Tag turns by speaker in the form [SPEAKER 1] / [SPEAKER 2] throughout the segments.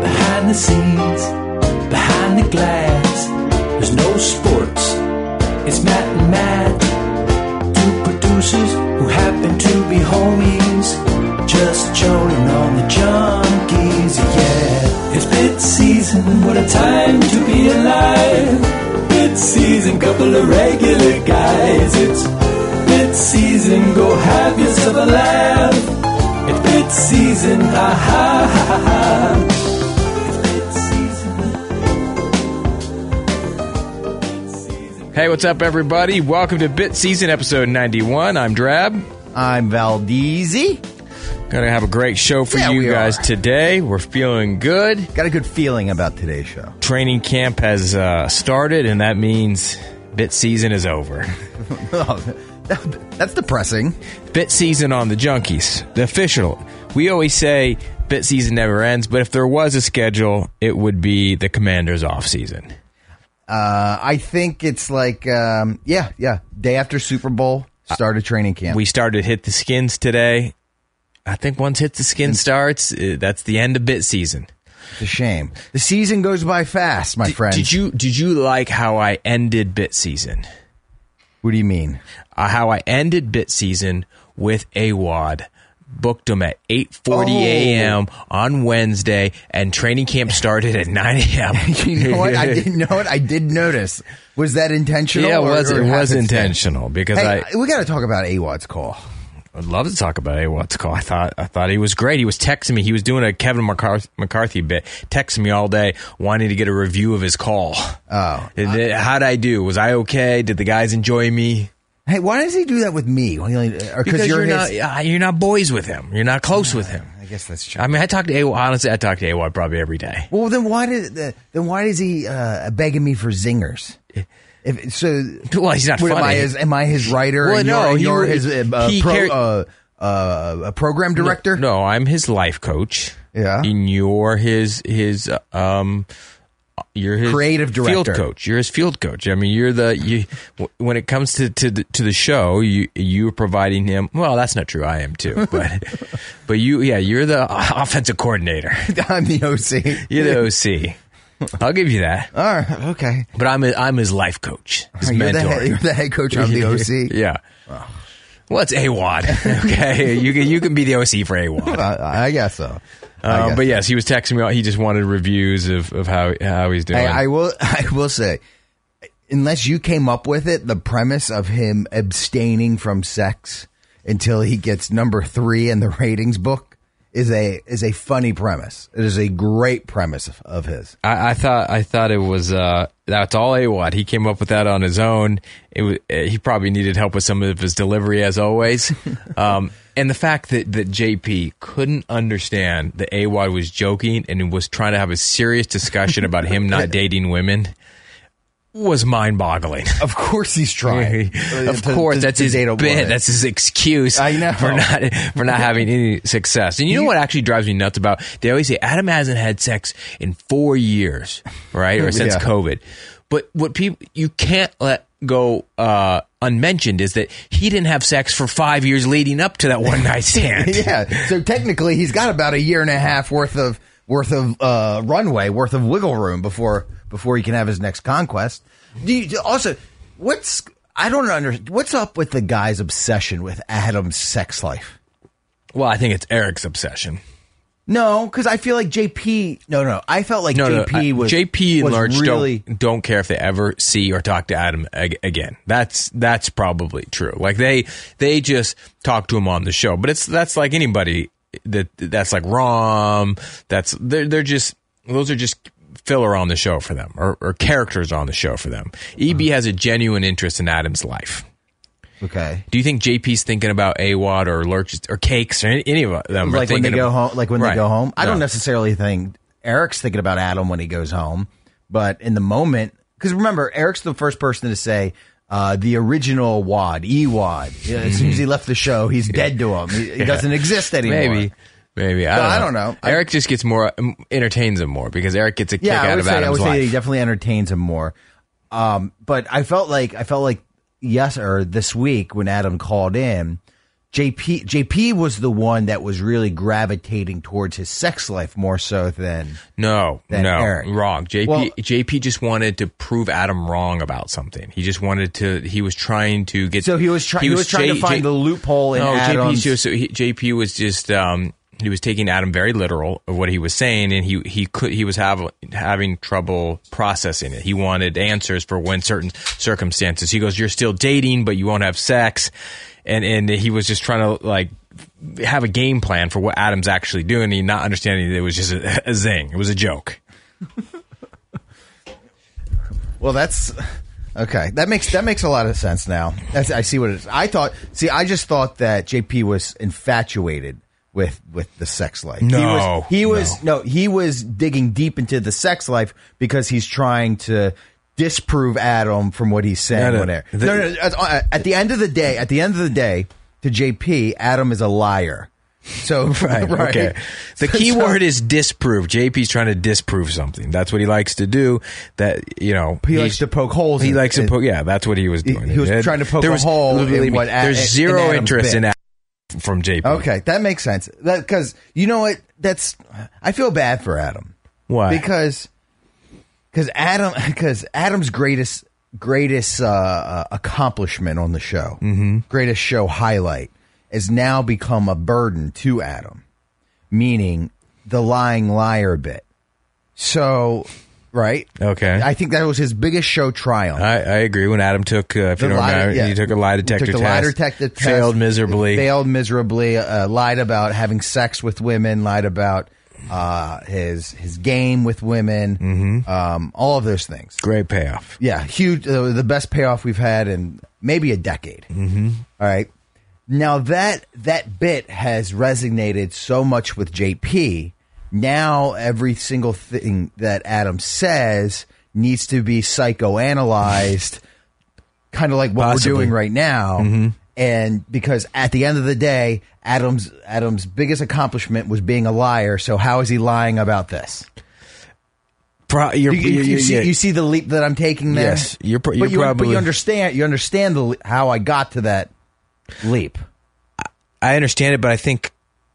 [SPEAKER 1] Behind the scenes, behind the glass, there's no sports. It's Matt and Matt, two producers who happen to be homies, just joning on the junkies. Yeah, it's bit season. What a time to be alive! Bit season, couple of regular guys. It's bit season. Go have yourself a laugh. It's bit season. Ha ha ha ha. ha.
[SPEAKER 2] Hey, what's up, everybody? Welcome to Bit Season, episode 91. I'm Drab.
[SPEAKER 3] I'm Valdezi.
[SPEAKER 2] Gonna have a great show for
[SPEAKER 3] Yeah,
[SPEAKER 2] you
[SPEAKER 3] we
[SPEAKER 2] guys
[SPEAKER 3] are.
[SPEAKER 2] today. We're feeling good.
[SPEAKER 3] Got a good feeling about today's show.
[SPEAKER 2] Training camp has uh, started, and that means Bit Season is over.
[SPEAKER 3] That- Oh, that's depressing.
[SPEAKER 2] Bit Season on the Junkies, the official. We always say Bit Season never ends, but if there was a schedule, it would be the Commander's off season.
[SPEAKER 3] Uh, I think it's like, um, yeah, yeah. Day after Super Bowl, start a training camp.
[SPEAKER 2] We started Hit the Skins today. I think once Hit the Skin starts, uh, that's the end of Bit Season.
[SPEAKER 3] it's a shame. The season goes by fast, my friend.
[SPEAKER 2] Did you did you like how I ended bit season?
[SPEAKER 3] what do you mean?
[SPEAKER 2] Uh, how I ended bit season with a wad. Booked them at 8:40
[SPEAKER 3] Oh.
[SPEAKER 2] a.m. on Wednesday, and training camp started at 9 a.m.
[SPEAKER 3] You know what? I didn't know it. I did notice. Was that intentional?
[SPEAKER 2] Yeah, it
[SPEAKER 3] or-
[SPEAKER 2] was
[SPEAKER 3] or
[SPEAKER 2] it was
[SPEAKER 3] happenstance?
[SPEAKER 2] intentional because
[SPEAKER 3] Hey,
[SPEAKER 2] I
[SPEAKER 3] we got to talk about Awad's call.
[SPEAKER 2] I'd love to talk about Awad's call. I thought I thought he was great. He was texting me. He was doing a Kevin McCarthy, McCarthy bit, texting me all day, wanting to get a review of his call.
[SPEAKER 3] Oh.
[SPEAKER 2] And then, how'd I do? Was I okay? Did the guys enjoy me?
[SPEAKER 3] Hey, why does he do that with me? Because
[SPEAKER 2] because
[SPEAKER 3] you're,
[SPEAKER 2] you're,
[SPEAKER 3] his-
[SPEAKER 2] not uh, you're not boys with him. You're not close with him.
[SPEAKER 3] I guess that's true.
[SPEAKER 2] I mean, I talk to AWOD. Honestly, I talk to AWOD probably every day.
[SPEAKER 3] Well, then why did then why is he uh, begging me for zingers? If, so,
[SPEAKER 2] Well, he's not
[SPEAKER 3] what, am I
[SPEAKER 2] funny.
[SPEAKER 3] his, am I his writer?
[SPEAKER 2] Well,
[SPEAKER 3] and
[SPEAKER 2] no,
[SPEAKER 3] you're, and
[SPEAKER 2] he
[SPEAKER 3] you're
[SPEAKER 2] re-
[SPEAKER 3] his uh, uh,
[SPEAKER 2] he
[SPEAKER 3] pro,
[SPEAKER 2] car-
[SPEAKER 3] uh, uh, a program director.
[SPEAKER 2] No, I'm his life coach.
[SPEAKER 3] Yeah.
[SPEAKER 2] and you're his his uh, um. You're his
[SPEAKER 3] Creative
[SPEAKER 2] field
[SPEAKER 3] director.
[SPEAKER 2] coach. You're his field coach. I mean, you're the you. w- When it comes to to the, to the show, you you're providing him. Well, that's not true. I am too, but but you, yeah, you're the offensive coordinator.
[SPEAKER 3] I'm the OC.
[SPEAKER 2] You're the OC. I'll give you that.
[SPEAKER 3] All right, okay.
[SPEAKER 2] But I'm i I'm his life coach, his
[SPEAKER 3] You're the,
[SPEAKER 2] mentor.
[SPEAKER 3] head, you're the head coach. I'm the OC.
[SPEAKER 2] Yeah. Well, it's AWOD. Okay. you can you can be the OC for AWOD.
[SPEAKER 3] Uh, I guess so. I
[SPEAKER 2] Um,
[SPEAKER 3] guess
[SPEAKER 2] but yes, he was texting me. all- He just wanted reviews of, of how how he's doing.
[SPEAKER 3] Hey, I will. I will say, unless you came up with it, the premise of him abstaining from sex until he gets number three in the ratings book is a is a funny premise. It is a great premise of, of his.
[SPEAKER 2] I, I thought I thought it was uh, that's all AWOD. He came up with that on his own. It was, uh, he probably needed help with some of his delivery as always. um, and the fact that, that JP couldn't understand that AWOD was joking and was trying to have a serious discussion about him not dating women was mind boggling.
[SPEAKER 3] Of course, he's trying.
[SPEAKER 2] of course, that's his bit. That's his excuse
[SPEAKER 3] I know.
[SPEAKER 2] for not for not having any success. And you know what actually drives me nuts about? They always say Adam hasn't had sex in four years, right, or since
[SPEAKER 3] Yeah.
[SPEAKER 2] COVID. But what people you can't let go uh, unmentioned is that he didn't have sex for five years leading up to that one night stand.
[SPEAKER 3] yeah. So technically, he's got about a year and a half worth of worth of uh, runway, worth of wiggle room before before he can have his next conquest. Do you, also, what's I don't understand. What's up with the guy's obsession with Adam's sex life?
[SPEAKER 2] Well, I think it's Eric's obsession.
[SPEAKER 3] No, because I feel like JP. No, no, I felt like
[SPEAKER 2] No, no,
[SPEAKER 3] JP
[SPEAKER 2] I-
[SPEAKER 3] was
[SPEAKER 2] JP and
[SPEAKER 3] was
[SPEAKER 2] Large
[SPEAKER 3] really.
[SPEAKER 2] don't don't care if they ever see or talk to Adam ag- again. That's that's probably true. Like they they just talk to him on the show, but it's that's like anybody that that's like Rom. That's they're they're just those are just filler on the show for E
[SPEAKER 3] Mm-hmm.
[SPEAKER 2] them or, or characters on the show for them. EB has a genuine interest in Adam's life.
[SPEAKER 3] Okay.
[SPEAKER 2] Do you think JP's thinking about AWOD or Lurch or Cakes or any, any of them? are
[SPEAKER 3] Like when they
[SPEAKER 2] thinking
[SPEAKER 3] go
[SPEAKER 2] about-
[SPEAKER 3] home. Like when
[SPEAKER 2] Right.
[SPEAKER 3] they go home. I
[SPEAKER 2] No.
[SPEAKER 3] don't necessarily think Eric's thinking about Adam when he goes home, but in the moment, because remember, Eric's the first person to say. Uh, the original Wad, Ewad. Yeah, as soon as he left the show, he's dead to him. He, he doesn't exist anymore.
[SPEAKER 2] Mm-hmm. Maybe. Maybe I
[SPEAKER 3] No,
[SPEAKER 2] don't,
[SPEAKER 3] I
[SPEAKER 2] know.
[SPEAKER 3] don't know. I-
[SPEAKER 2] Eric just gets more um, entertains him more because Eric gets a kick
[SPEAKER 3] yeah, I
[SPEAKER 2] out
[SPEAKER 3] would
[SPEAKER 2] of
[SPEAKER 3] say, I
[SPEAKER 2] Adam's
[SPEAKER 3] would say he
[SPEAKER 2] life.
[SPEAKER 3] definitely entertains him more. Um, but I felt like I felt like yes, or this week when Adam called in, JP JP was the one that was really gravitating towards his sex life more so than
[SPEAKER 2] No,
[SPEAKER 3] than
[SPEAKER 2] no,
[SPEAKER 3] Eric.
[SPEAKER 2] wrong. JP
[SPEAKER 3] Well-
[SPEAKER 2] JP just wanted to prove Adam wrong about something. He just wanted to. He was trying to get.
[SPEAKER 3] So he was try- he was trying to find the loophole in
[SPEAKER 2] no,
[SPEAKER 3] Adam's-
[SPEAKER 2] JP just, he, JP was just. Um, he was taking Adam very literal of what he was saying, and he he could he was have, having trouble processing it. He wanted answers for when certain circumstances. He goes, "You're still dating, but you won't have sex," and and he was just trying to like have a game plan for what Adam's actually doing. He not understanding that it was just a, a zing. It was a joke.
[SPEAKER 3] Well, that's okay. That makes that makes a lot of sense now. That's, I see what it is. I thought. See, I just thought that JP was infatuated with with the sex life. he
[SPEAKER 2] No,
[SPEAKER 3] was, he was no. he was digging deep into the sex life because he's trying to disprove Adam from what he's saying.
[SPEAKER 2] No, no,
[SPEAKER 3] whatever.
[SPEAKER 2] the-
[SPEAKER 3] no, no, no, at, uh, at the end of the day, at the end of the day, to JP, Adam is a liar. So right,
[SPEAKER 2] Okay. The
[SPEAKER 3] So-
[SPEAKER 2] key
[SPEAKER 3] so-
[SPEAKER 2] word is disprove. JP's trying to disprove something. That's what he likes to do. That you know,
[SPEAKER 3] He likes to poke holes
[SPEAKER 2] He
[SPEAKER 3] in-
[SPEAKER 2] likes
[SPEAKER 3] in-
[SPEAKER 2] to poke. Yeah, that's what he was doing.
[SPEAKER 3] he was
[SPEAKER 2] And
[SPEAKER 3] trying to poke
[SPEAKER 2] there
[SPEAKER 3] a
[SPEAKER 2] was-
[SPEAKER 3] hole in
[SPEAKER 2] believe me,
[SPEAKER 3] what Ad-
[SPEAKER 2] There's
[SPEAKER 3] in
[SPEAKER 2] zero
[SPEAKER 3] Adam's
[SPEAKER 2] interest
[SPEAKER 3] bit.
[SPEAKER 2] in that from JP.
[SPEAKER 3] Okay, that makes sense. Because you know what? That's I feel bad for Adam.
[SPEAKER 2] Why?
[SPEAKER 3] Because because Adam because Adam's greatest greatest uh, uh, accomplishment on the show, greatest show highlight, has now become a burden to Adam, meaning the lying liar bit. So, right?
[SPEAKER 2] Okay.
[SPEAKER 3] I think that was his biggest show triumph.
[SPEAKER 2] I, I agree. When Adam took, uh, if you
[SPEAKER 3] The
[SPEAKER 2] don't
[SPEAKER 3] lie-
[SPEAKER 2] remember,
[SPEAKER 3] yeah.
[SPEAKER 2] he took a lie
[SPEAKER 3] He took
[SPEAKER 2] detector
[SPEAKER 3] the
[SPEAKER 2] test.
[SPEAKER 3] lie detector test.
[SPEAKER 2] Failed miserably.
[SPEAKER 3] Failed miserably. Uh, lied about having sex with women. Lied about uh, his his game with women.
[SPEAKER 2] Mm-hmm.
[SPEAKER 3] Um, all of those things.
[SPEAKER 2] Great payoff.
[SPEAKER 3] Yeah, huge. Uh, the best payoff we've had in maybe a decade. Mm-hmm. right. Now that that bit has resonated so much with JP. Now every single thing that Adam says needs to be psychoanalyzed, kind of like what we're
[SPEAKER 2] Possibly. Mm-hmm.
[SPEAKER 3] doing right now. And because at the end of the day, Adam's Adam's biggest accomplishment was being a liar. So how is he lying about this?
[SPEAKER 2] Pro- you're,
[SPEAKER 3] You, you-
[SPEAKER 2] you're-
[SPEAKER 3] you see,
[SPEAKER 2] you're-
[SPEAKER 3] you see the leap that I'm taking there.
[SPEAKER 2] Yes, you're pro- you're
[SPEAKER 3] but you, but
[SPEAKER 2] probably-
[SPEAKER 3] you understand you understand the, le- how I got to that leap.
[SPEAKER 2] I understand it, but I think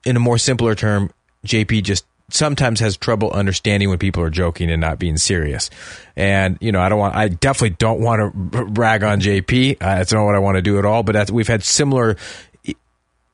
[SPEAKER 2] in a more simpler term, JP just sometimes has trouble understanding when people are joking and not being serious. And you know, I don't want, I definitely don't want to rag on JP. Uh, that's not what I want to do at all. But that's, we've had similar i-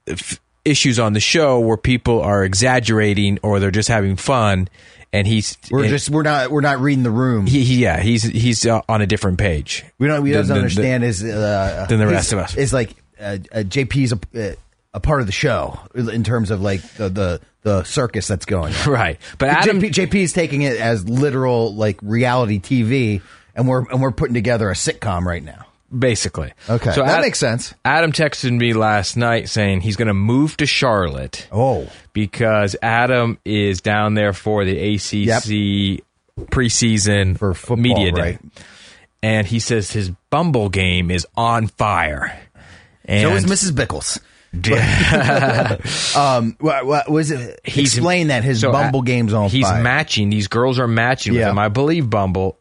[SPEAKER 2] f- issues on the show where people are exaggerating or they're just having fun, and he's
[SPEAKER 3] We're
[SPEAKER 2] and
[SPEAKER 3] just we're not we're not reading the room.
[SPEAKER 2] he, he- yeah he's he's uh, on a different page.
[SPEAKER 3] we don't we
[SPEAKER 2] Than-
[SPEAKER 3] doesn't
[SPEAKER 2] than-
[SPEAKER 3] understand is uh,
[SPEAKER 2] than the
[SPEAKER 3] his-
[SPEAKER 2] rest of us.
[SPEAKER 3] Is like uh, uh, JP's a, uh, a part of the show in terms of like the the, the circus that's going. on.
[SPEAKER 2] Right, but Adam
[SPEAKER 3] JP, JP is taking it as literal like reality TV, and we're and we're putting together a sitcom right now.
[SPEAKER 2] basically.
[SPEAKER 3] Okay, that makes sense.
[SPEAKER 2] Adam texted me last night saying he's going to move to Charlotte
[SPEAKER 3] Oh,
[SPEAKER 2] because Adam is down there for the ACC preseason
[SPEAKER 3] for football,
[SPEAKER 2] media day,
[SPEAKER 3] right?
[SPEAKER 2] and he says his Bumble game is on fire. And
[SPEAKER 3] So is Mrs. Bickles. um, what, what was it?
[SPEAKER 2] he's-
[SPEAKER 3] Explain that his
[SPEAKER 2] so
[SPEAKER 3] Bumble
[SPEAKER 2] a-
[SPEAKER 3] game's on
[SPEAKER 2] He's
[SPEAKER 3] fire.
[SPEAKER 2] matching. These girls are matching with
[SPEAKER 3] Yeah.
[SPEAKER 2] him. I believe Bumble.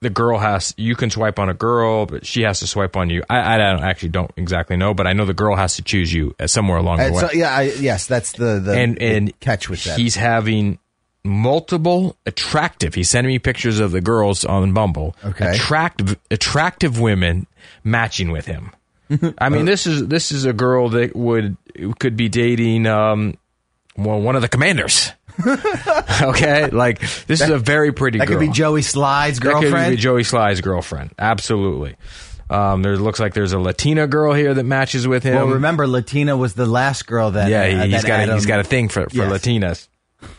[SPEAKER 2] The girl has you can swipe on a girl, but she has to swipe on you. I, I don't actually don't exactly know, but I know the girl has to choose you uh, somewhere along the
[SPEAKER 3] And
[SPEAKER 2] way.
[SPEAKER 3] so- yeah, I, yes, that's the, the
[SPEAKER 2] and and
[SPEAKER 3] catch with that.
[SPEAKER 2] He's having multiple attractive. He's sending me pictures of the girls on Bumble.
[SPEAKER 3] Okay.
[SPEAKER 2] attractive attractive women matching with him. I
[SPEAKER 3] Uh,
[SPEAKER 2] mean, this is this is a girl that would could be dating um, well one of the commanders. okay, like this is a very pretty
[SPEAKER 3] that
[SPEAKER 2] girl.
[SPEAKER 3] could be Joey Slyde's
[SPEAKER 2] That could be
[SPEAKER 3] girlfriend.
[SPEAKER 2] Joey Sly's girlfriend. Absolutely. Um, there looks like there's a Latina girl here that matches with him.
[SPEAKER 3] well, remember, Latina was the last girl that.
[SPEAKER 2] Yeah,
[SPEAKER 3] uh,
[SPEAKER 2] he, has
[SPEAKER 3] that
[SPEAKER 2] got a,
[SPEAKER 3] Adam-
[SPEAKER 2] he's got a thing for for
[SPEAKER 3] Yes.
[SPEAKER 2] Latinas.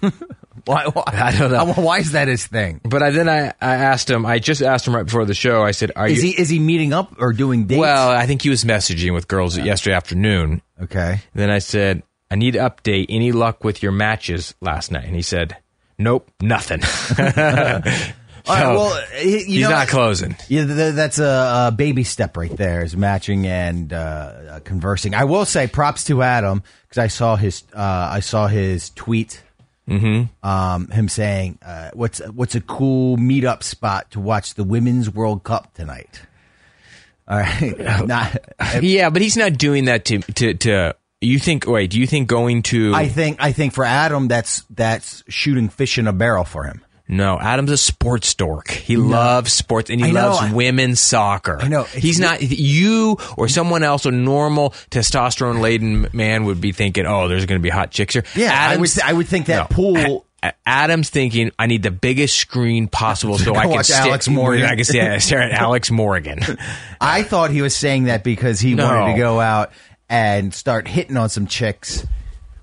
[SPEAKER 3] Why, why?
[SPEAKER 2] I don't know.
[SPEAKER 3] Why is that his thing?
[SPEAKER 2] But I, then I, I asked him. I just asked him right before the show. I said, "Are
[SPEAKER 3] Is
[SPEAKER 2] you?"
[SPEAKER 3] he is he meeting up or doing dates?
[SPEAKER 2] well, I think he was messaging with girls yesterday afternoon.
[SPEAKER 3] okay.
[SPEAKER 2] Then I said, "I need to update. Any luck with your matches last night?" And he said, "Nope, nothing."
[SPEAKER 3] All right,
[SPEAKER 2] So,
[SPEAKER 3] well, he- you
[SPEAKER 2] he's
[SPEAKER 3] know,
[SPEAKER 2] not closing.
[SPEAKER 3] Yeah, th- th- that's a, a baby step right there is matching and uh, uh, conversing. I will say props to Adam because I saw his uh, I saw his tweet. Um, him saying, uh, "What's what's a cool meetup spot to watch the Women's World Cup tonight?" All right, not.
[SPEAKER 2] Yeah, but he's not doing that to to to. You think? Wait, do you think going to?
[SPEAKER 3] I think I think for Adam, that's that's shooting fish in a barrel for him.
[SPEAKER 2] no, Adam's a sports dork. He loves sports and he
[SPEAKER 3] I know,
[SPEAKER 2] loves
[SPEAKER 3] I-
[SPEAKER 2] women's soccer.
[SPEAKER 3] I know.
[SPEAKER 2] he's not. You or someone else, a normal testosterone laden man, would be thinking, "Oh, there's going to be hot chicks here."
[SPEAKER 3] Yeah, I would
[SPEAKER 2] Adam's-
[SPEAKER 3] th- I would think that
[SPEAKER 2] No.
[SPEAKER 3] pool.
[SPEAKER 2] A- Adam's thinking, I need the biggest screen possible so I can
[SPEAKER 3] Watch
[SPEAKER 2] stare-
[SPEAKER 3] Alex Morgan.
[SPEAKER 2] I can stare, stare at Alex Morgan.
[SPEAKER 3] I thought he was saying that because he
[SPEAKER 2] No.
[SPEAKER 3] wanted to go out and start hitting on some chicks,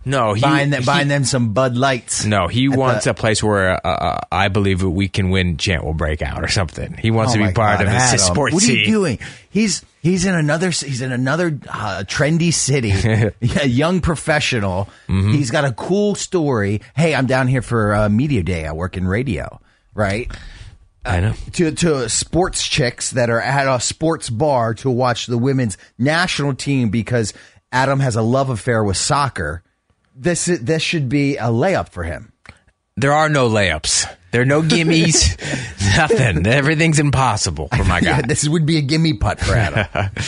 [SPEAKER 2] No, he,
[SPEAKER 3] buying them,
[SPEAKER 2] he-
[SPEAKER 3] buying them some Bud Lights.
[SPEAKER 2] No, he
[SPEAKER 3] At
[SPEAKER 2] wants
[SPEAKER 3] the-
[SPEAKER 2] a place where uh, uh, I believe we can win chant will break out or something. He wants
[SPEAKER 3] Oh
[SPEAKER 2] to
[SPEAKER 3] my
[SPEAKER 2] be part
[SPEAKER 3] God,
[SPEAKER 2] of
[SPEAKER 3] Adam,
[SPEAKER 2] his sports
[SPEAKER 3] What are you
[SPEAKER 2] team.
[SPEAKER 3] doing? He's he's in another s- he's in another uh, trendy city. a young professional.
[SPEAKER 2] Mm-hmm.
[SPEAKER 3] He's got a cool story. Hey, I'm down here for uh, media day. I work in radio. Right.
[SPEAKER 2] I know.
[SPEAKER 3] to to sports chicks that are at a sports bar to watch the women's national team because Adam has a love affair with soccer. This is- this should be a layup for him.
[SPEAKER 2] There are no layups. There are no gimmies. nothing. Everything's impossible for my guy.
[SPEAKER 3] Yeah, this would be a gimme putt for Adam.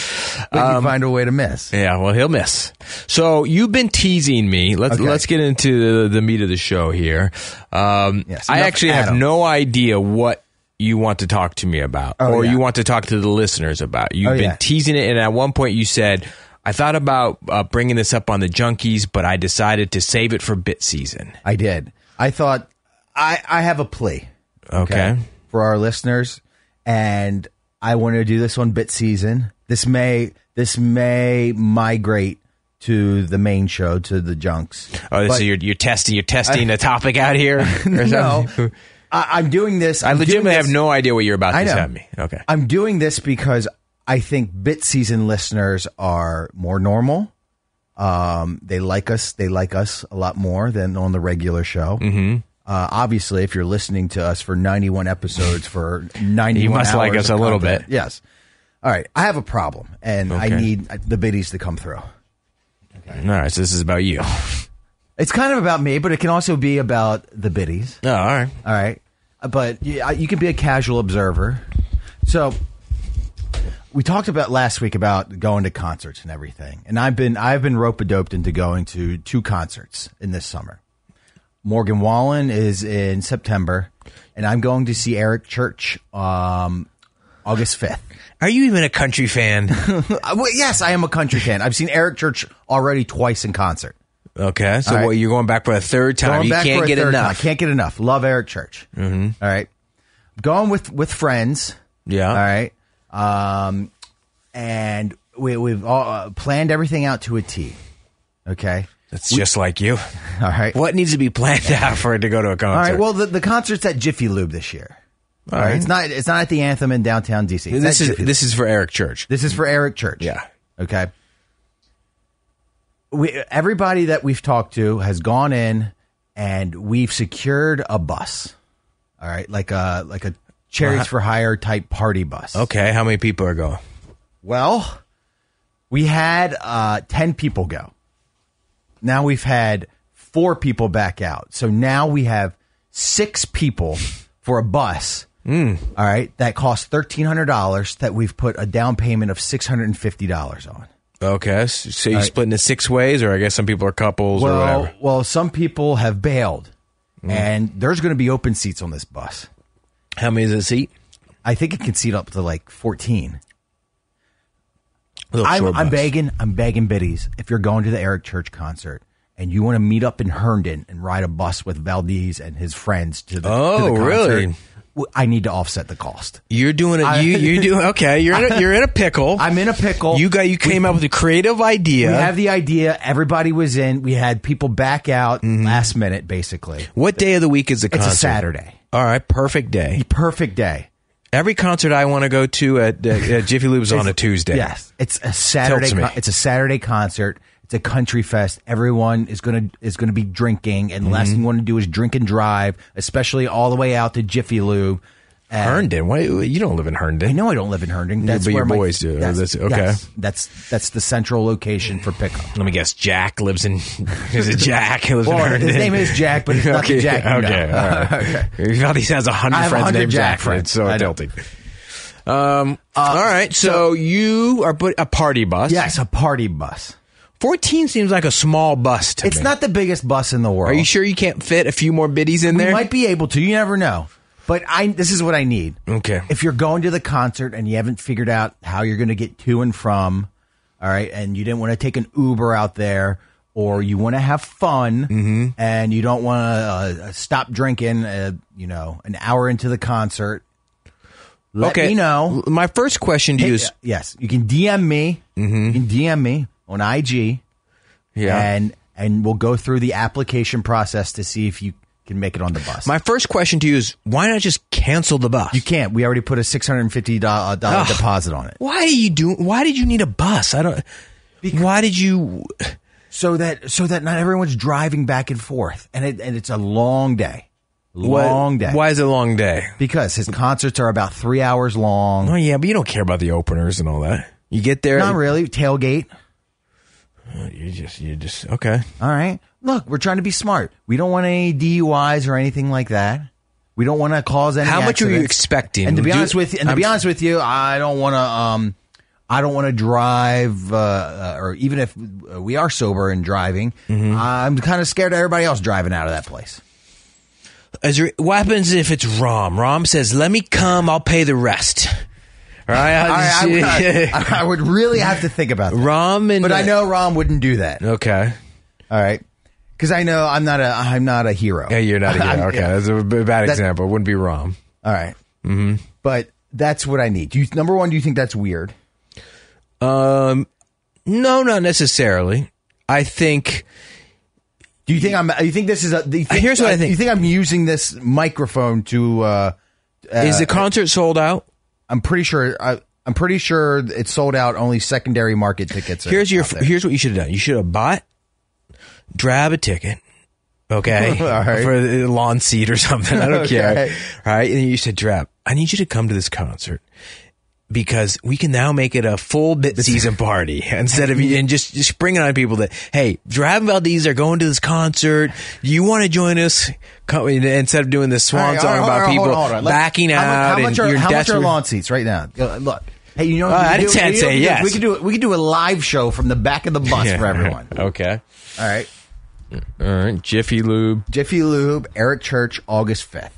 [SPEAKER 3] Um, but you find a way to miss.
[SPEAKER 2] Yeah, well, he'll miss. So you've been teasing me. Let's
[SPEAKER 3] Okay.
[SPEAKER 2] let's get into the, the meat of the show here. Um,
[SPEAKER 3] Yes,
[SPEAKER 2] I
[SPEAKER 3] enough
[SPEAKER 2] actually have
[SPEAKER 3] Adam.
[SPEAKER 2] no idea what you want to talk to me about, or
[SPEAKER 3] Oh, yeah.
[SPEAKER 2] you want to talk to the listeners about. You've
[SPEAKER 3] Oh,
[SPEAKER 2] been
[SPEAKER 3] yeah.
[SPEAKER 2] teasing it, and at one point you said, "I thought about uh, bringing this up on the junkies, but I decided to save it for bit season."
[SPEAKER 3] I did. I thought I I have a plea.
[SPEAKER 2] Okay.
[SPEAKER 3] For our listeners and I want to do this on bit season. This may this may migrate to the main show to the junks.
[SPEAKER 2] Oh, so
[SPEAKER 3] But-
[SPEAKER 2] you're you're testing you're testing a topic out here? Or
[SPEAKER 3] No,
[SPEAKER 2] something?
[SPEAKER 3] I, I'm doing this.
[SPEAKER 2] I
[SPEAKER 3] I'm
[SPEAKER 2] legitimately
[SPEAKER 3] doing
[SPEAKER 2] have
[SPEAKER 3] this-
[SPEAKER 2] no idea what you're about
[SPEAKER 3] I
[SPEAKER 2] to
[SPEAKER 3] know.
[SPEAKER 2] tell me. Okay.
[SPEAKER 3] I'm doing this because I think bit season listeners are more normal. Um, they like us. They like us a lot more than on the regular show. Mm-hmm. Uh, obviously, if you're listening to us for 91 episodes for 91,
[SPEAKER 2] You must like
[SPEAKER 3] hours
[SPEAKER 2] us
[SPEAKER 3] of
[SPEAKER 2] a little
[SPEAKER 3] content-
[SPEAKER 2] bit.
[SPEAKER 3] Yes. All right. I have a problem, and I
[SPEAKER 2] Okay.
[SPEAKER 3] need the biddies to come through.
[SPEAKER 2] All right. So this is about you. Oh,
[SPEAKER 3] It's kind of about me, but it can also be about the biddies.
[SPEAKER 2] all right.
[SPEAKER 3] All right. Uh, But you, I- you can be a casual observer. So we talked about last week about going to concerts and everything. And I've been I've been rope a doped into going to two concerts in this summer. Morgan Wallen is in September, and I'm going to see Eric Church um, August 5th.
[SPEAKER 2] Are you even a country fan?
[SPEAKER 3] Uh, well, yes, I am a country fan. I've seen Eric Church already twice in concert.
[SPEAKER 2] okay, so
[SPEAKER 3] All right.
[SPEAKER 2] what, you're going back for a third time.
[SPEAKER 3] Going
[SPEAKER 2] you
[SPEAKER 3] back for
[SPEAKER 2] can't
[SPEAKER 3] a
[SPEAKER 2] get
[SPEAKER 3] third
[SPEAKER 2] enough.
[SPEAKER 3] time. Can't get enough. Mm-hmm. Love Eric Church. All right. Going with with friends.
[SPEAKER 2] Yeah.
[SPEAKER 3] All right. Um, and we, we've all uh, planned everything out to a T. Okay.
[SPEAKER 2] That's just like you.
[SPEAKER 3] All right.
[SPEAKER 2] What needs to be planned out for it to go to a concert?
[SPEAKER 3] All right. Well, the, the concert's at Jiffy Lube this year. All right. It's not. It's not at the Anthem in downtown DC. It's
[SPEAKER 2] this
[SPEAKER 3] at
[SPEAKER 2] is
[SPEAKER 3] Jiffy Lube.
[SPEAKER 2] this is for Eric Church.
[SPEAKER 3] This is for Eric Church.
[SPEAKER 2] Yeah.
[SPEAKER 3] Okay. We, everybody that we've talked to has gone in and we've secured a bus. All right. Like a, like a cherries for hire type party bus.
[SPEAKER 2] Okay, how many people are going?
[SPEAKER 3] Well, we had uh, 10 people go. Now we've had four people back out. So now we have six people for a bus. All right. That cost $1,300 that we've put a down payment of $650 on.
[SPEAKER 2] Okay, s- so you're
[SPEAKER 3] right.
[SPEAKER 2] splitting it six ways, or I guess some people are couples or
[SPEAKER 3] Well,
[SPEAKER 2] whatever.
[SPEAKER 3] well, some people have bailed, and there's going to be open seats on this bus.
[SPEAKER 2] How many is it seat?
[SPEAKER 3] I think it can seat up to like 14.
[SPEAKER 2] Little
[SPEAKER 3] I'm,
[SPEAKER 2] short
[SPEAKER 3] I'm
[SPEAKER 2] bus.
[SPEAKER 3] begging, I'm begging biddies. If you're going to the Eric Church concert, and you want to meet up in Herndon and ride a bus with Valdez and his friends to the to
[SPEAKER 2] Oh,
[SPEAKER 3] the concert,
[SPEAKER 2] really?
[SPEAKER 3] w- I need to offset the cost.
[SPEAKER 2] You're doing it.
[SPEAKER 3] I-
[SPEAKER 2] you you do okay. You're in a, you're in a pickle.
[SPEAKER 3] I'm in a pickle.
[SPEAKER 2] You got you came up with a creative idea.
[SPEAKER 3] We have the idea. Everybody was in. We had people back out last minute, basically.
[SPEAKER 2] what day of the week is the
[SPEAKER 3] It's
[SPEAKER 2] Mm-hmm. concert?
[SPEAKER 3] a Saturday.
[SPEAKER 2] All right, perfect day.
[SPEAKER 3] Perfect day.
[SPEAKER 2] Every concert I want to go to at, at, at Jiffy Lube's on a Tuesday.
[SPEAKER 3] Yes, it's a Saturday.
[SPEAKER 2] to me.
[SPEAKER 3] con- it's a Saturday concert. It's a country fest. Everyone is gonna is gonna be drinking, and the
[SPEAKER 2] Mm-hmm.
[SPEAKER 3] last thing you want to do is drink and drive, especially all the way out to Jiffy Lube. And
[SPEAKER 2] Herndon. Why you don't live in Herndon?
[SPEAKER 3] I know I don't live in Herndon. That's
[SPEAKER 2] but
[SPEAKER 3] where
[SPEAKER 2] your
[SPEAKER 3] my-
[SPEAKER 2] boys do. That's- okay.
[SPEAKER 3] yes, that's that's the central location for pickup.
[SPEAKER 2] Let me guess. Jack lives in. Is it Jack? Who lives in
[SPEAKER 3] Well,
[SPEAKER 2] Herndon?
[SPEAKER 3] his name is Jack, but it's not the
[SPEAKER 2] okay,
[SPEAKER 3] Jack you
[SPEAKER 2] Okay.
[SPEAKER 3] know.
[SPEAKER 2] all right. Valdez has a
[SPEAKER 3] I
[SPEAKER 2] hundred
[SPEAKER 3] have
[SPEAKER 2] friends
[SPEAKER 3] 100
[SPEAKER 2] named
[SPEAKER 3] Jack
[SPEAKER 2] Jack.
[SPEAKER 3] friends.
[SPEAKER 2] It's so
[SPEAKER 3] I know. Uh,
[SPEAKER 2] tilting. Um. all right. So, you are put a party bus.
[SPEAKER 3] Yes, a party bus.
[SPEAKER 2] Fourteen seems like a small bus to
[SPEAKER 3] It's
[SPEAKER 2] me.
[SPEAKER 3] not the biggest bus in the world.
[SPEAKER 2] Are you sure you can't fit a few more biddies in
[SPEAKER 3] We
[SPEAKER 2] there?
[SPEAKER 3] might be able to. You never know. But I this is what I need.
[SPEAKER 2] Okay.
[SPEAKER 3] If you're going to the concert and you haven't figured out how you're going to get to and from, all right, and you didn't want to take an Uber out there or you want to have fun and you don't want to uh, stop drinking, uh, you know, an hour into the concert, let
[SPEAKER 2] okay.
[SPEAKER 3] me know.
[SPEAKER 2] L- My first question to you
[SPEAKER 3] Uh,
[SPEAKER 2] is.
[SPEAKER 3] yes, you can DM me.
[SPEAKER 2] Mm-hmm.
[SPEAKER 3] You can DM me on IG and and we'll go through the application process to see if you can make it on the bus.
[SPEAKER 2] My first question to you is why not just cancel the bus?
[SPEAKER 3] You can't. We already put a six hundred and fifty uh, dollar
[SPEAKER 2] Ugh.
[SPEAKER 3] deposit on it,
[SPEAKER 2] Why do you do? Why did you need a bus? I don't. why did you?
[SPEAKER 3] so that so that not everyone's driving back and forth, and it, and it's a long day,
[SPEAKER 2] why-
[SPEAKER 3] long day.
[SPEAKER 2] Why is it a long day?
[SPEAKER 3] Because his concerts are about three hours long.
[SPEAKER 2] Oh yeah, but you don't care about the openers and all that. You get there.
[SPEAKER 3] Not really tailgate.
[SPEAKER 2] You just, you just okay.
[SPEAKER 3] All right, look, we're trying to be smart. We don't want any DUIs or anything like that. We don't want to cause any.
[SPEAKER 2] How much were you
[SPEAKER 3] accidents.
[SPEAKER 2] expecting?
[SPEAKER 3] And to be
[SPEAKER 2] Do-
[SPEAKER 3] honest with you, and to
[SPEAKER 2] I'm-
[SPEAKER 3] be honest with you, I don't want to. Um, I don't want to drive, uh, uh, or even if we are sober and driving,
[SPEAKER 2] Mm-hmm.
[SPEAKER 3] I'm kind of scared of everybody else driving out of that place.
[SPEAKER 2] Is there, what happens if it's Rom? Rom says, "Let me come. I'll pay the rest." All right.
[SPEAKER 3] All right, I, would, I, I would really have to think about that.
[SPEAKER 2] Rom and
[SPEAKER 3] but I know Rom wouldn't do that.
[SPEAKER 2] Okay.
[SPEAKER 3] All right, because I know I'm not a I'm not a hero.
[SPEAKER 2] Yeah, you're not a
[SPEAKER 3] I'm-
[SPEAKER 2] hero. Okay,
[SPEAKER 3] yeah.
[SPEAKER 2] that's a b- bad example. It wouldn't be Rom.
[SPEAKER 3] All Mm-hmm. But that's what I need. Do you, number one, do you think that's weird?
[SPEAKER 2] Um, no, not necessarily. I think
[SPEAKER 3] Do you think I'm? You think this is a? Do you think,
[SPEAKER 2] Here's what I think.
[SPEAKER 3] You think I'm using this microphone to? Uh,
[SPEAKER 2] is the concert sold out.
[SPEAKER 3] I'm pretty sure. I, I'm pretty sure it's sold out. Only secondary market tickets. Are
[SPEAKER 2] Here's your.
[SPEAKER 3] out there.
[SPEAKER 2] Here's what you should have done. You should have bought, drab a ticket. Okay,
[SPEAKER 3] All right.
[SPEAKER 2] for the lawn seat or something. I don't care.
[SPEAKER 3] Okay.
[SPEAKER 2] All right, and you said, "Drab, I need you to come to this concert because we can now make it a full bit season party instead of and just just bringing on people that hey, Drab and Valdez are going to this concert. You want to join us? Come, and instead of doing this
[SPEAKER 3] All
[SPEAKER 2] swan
[SPEAKER 3] right,
[SPEAKER 2] song
[SPEAKER 3] all right,
[SPEAKER 2] about
[SPEAKER 3] hold on, hold
[SPEAKER 2] people
[SPEAKER 3] on, hold on. Let's-
[SPEAKER 2] backing
[SPEAKER 3] how mu-
[SPEAKER 2] out
[SPEAKER 3] How much
[SPEAKER 2] and
[SPEAKER 3] are
[SPEAKER 2] you're
[SPEAKER 3] how much are
[SPEAKER 2] desperate-
[SPEAKER 3] lawn seats right now? Uh, Look, hey, you know, what
[SPEAKER 2] Uh,
[SPEAKER 3] we
[SPEAKER 2] I
[SPEAKER 3] could
[SPEAKER 2] didn't
[SPEAKER 3] do?
[SPEAKER 2] say I'd
[SPEAKER 3] You know what
[SPEAKER 2] say
[SPEAKER 3] we could do?
[SPEAKER 2] yes.
[SPEAKER 3] We could do we could do a live show from the back of the bus for everyone.
[SPEAKER 2] okay.
[SPEAKER 3] All right,
[SPEAKER 2] All right, Jiffy Lube.
[SPEAKER 3] Jiffy Lube, Eric Church, August fifth.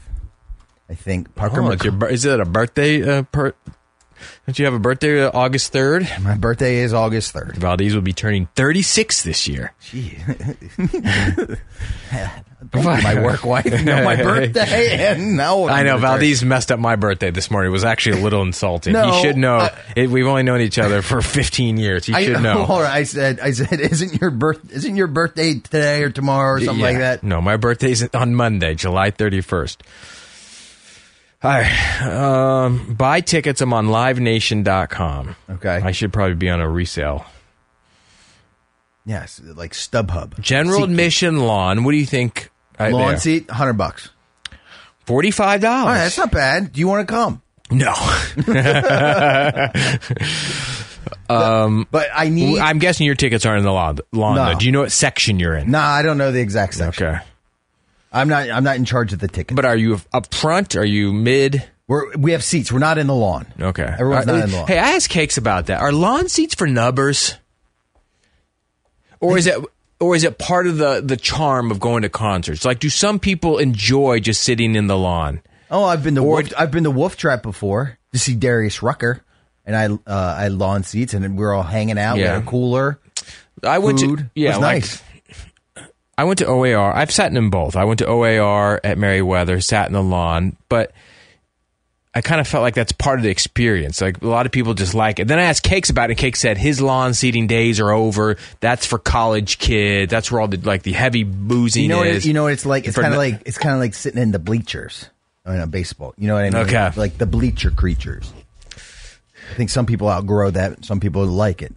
[SPEAKER 3] I think Parker.
[SPEAKER 2] Oh,
[SPEAKER 3] Mc-
[SPEAKER 2] it's your bir- is it a birthday? Uh, per- don't you have a birthday uh, August 3rd?
[SPEAKER 3] my birthday is August third.
[SPEAKER 2] Valdez will be turning 36 this year.
[SPEAKER 3] My work wife, you know, my birthday, and now
[SPEAKER 2] I know Valdez messed up my birthday this morning. It was actually a little insulting.
[SPEAKER 3] No,
[SPEAKER 2] he should know.
[SPEAKER 3] I-
[SPEAKER 2] it, we've only known each other for 15 years. He
[SPEAKER 3] I,
[SPEAKER 2] should know.
[SPEAKER 3] Hold on, I said, I said, isn't your birth, isn't your birthday today or tomorrow or something like
[SPEAKER 2] Yeah.
[SPEAKER 3] that?
[SPEAKER 2] No, my birthday's on Monday, July 31st. All right. Um, buy tickets. I'm on livenation.com.
[SPEAKER 3] Okay.
[SPEAKER 2] I should probably be on a resale.
[SPEAKER 3] Yes, like StubHub.
[SPEAKER 2] General admission lawn. What do you think? Right
[SPEAKER 3] lawn
[SPEAKER 2] there.
[SPEAKER 3] seat, hundred bucks.
[SPEAKER 2] Forty-five dollars.
[SPEAKER 3] All right, that's not bad. Do you want to come?
[SPEAKER 2] no,
[SPEAKER 3] But I need.
[SPEAKER 2] I'm guessing your tickets aren't in the lawn. lawn
[SPEAKER 3] No.
[SPEAKER 2] though. Do you know what section you're in?
[SPEAKER 3] nah, I don't know the exact section.
[SPEAKER 2] Okay,
[SPEAKER 3] I'm not. I'm not in charge of the ticket.
[SPEAKER 2] but are you up front? Are you mid?
[SPEAKER 3] We're, we have seats. We're not in the lawn.
[SPEAKER 2] Okay,
[SPEAKER 3] Everyone's
[SPEAKER 2] Are-
[SPEAKER 3] not in the lawn.
[SPEAKER 2] Hey, I asked Cakes about that. Are lawn seats for nubbers, or is it? Or is it part of the, the charm of going to concerts? Like, do some people enjoy just sitting in the lawn?
[SPEAKER 3] oh, I've been to wolf, I've been to Wolf Trap before to see Darius Rucker, and I uh, I lawn seats, and we were all hanging out. We
[SPEAKER 2] Yeah.
[SPEAKER 3] had a cooler.
[SPEAKER 2] I went
[SPEAKER 3] Food
[SPEAKER 2] to yeah,
[SPEAKER 3] was
[SPEAKER 2] like-
[SPEAKER 3] nice.
[SPEAKER 2] I went to OAR. I've sat in them both. I went to OAR at Merriweather, sat in the lawn, but I kind of felt like that's part of the experience. Like a lot of people just like it. Then I asked Cakes about it. and Cakes said his lawn seating days are over. That's for college kids. That's where all the like the heavy boozing
[SPEAKER 3] You know, what
[SPEAKER 2] is.
[SPEAKER 3] it, you know what it's like. It's
[SPEAKER 2] For
[SPEAKER 3] kind of
[SPEAKER 2] no-
[SPEAKER 3] like it's kind of like sitting in the bleachers in a baseball. You know what I mean?
[SPEAKER 2] Okay.
[SPEAKER 3] Like the bleacher creatures. I think some people outgrow that. Some people like it.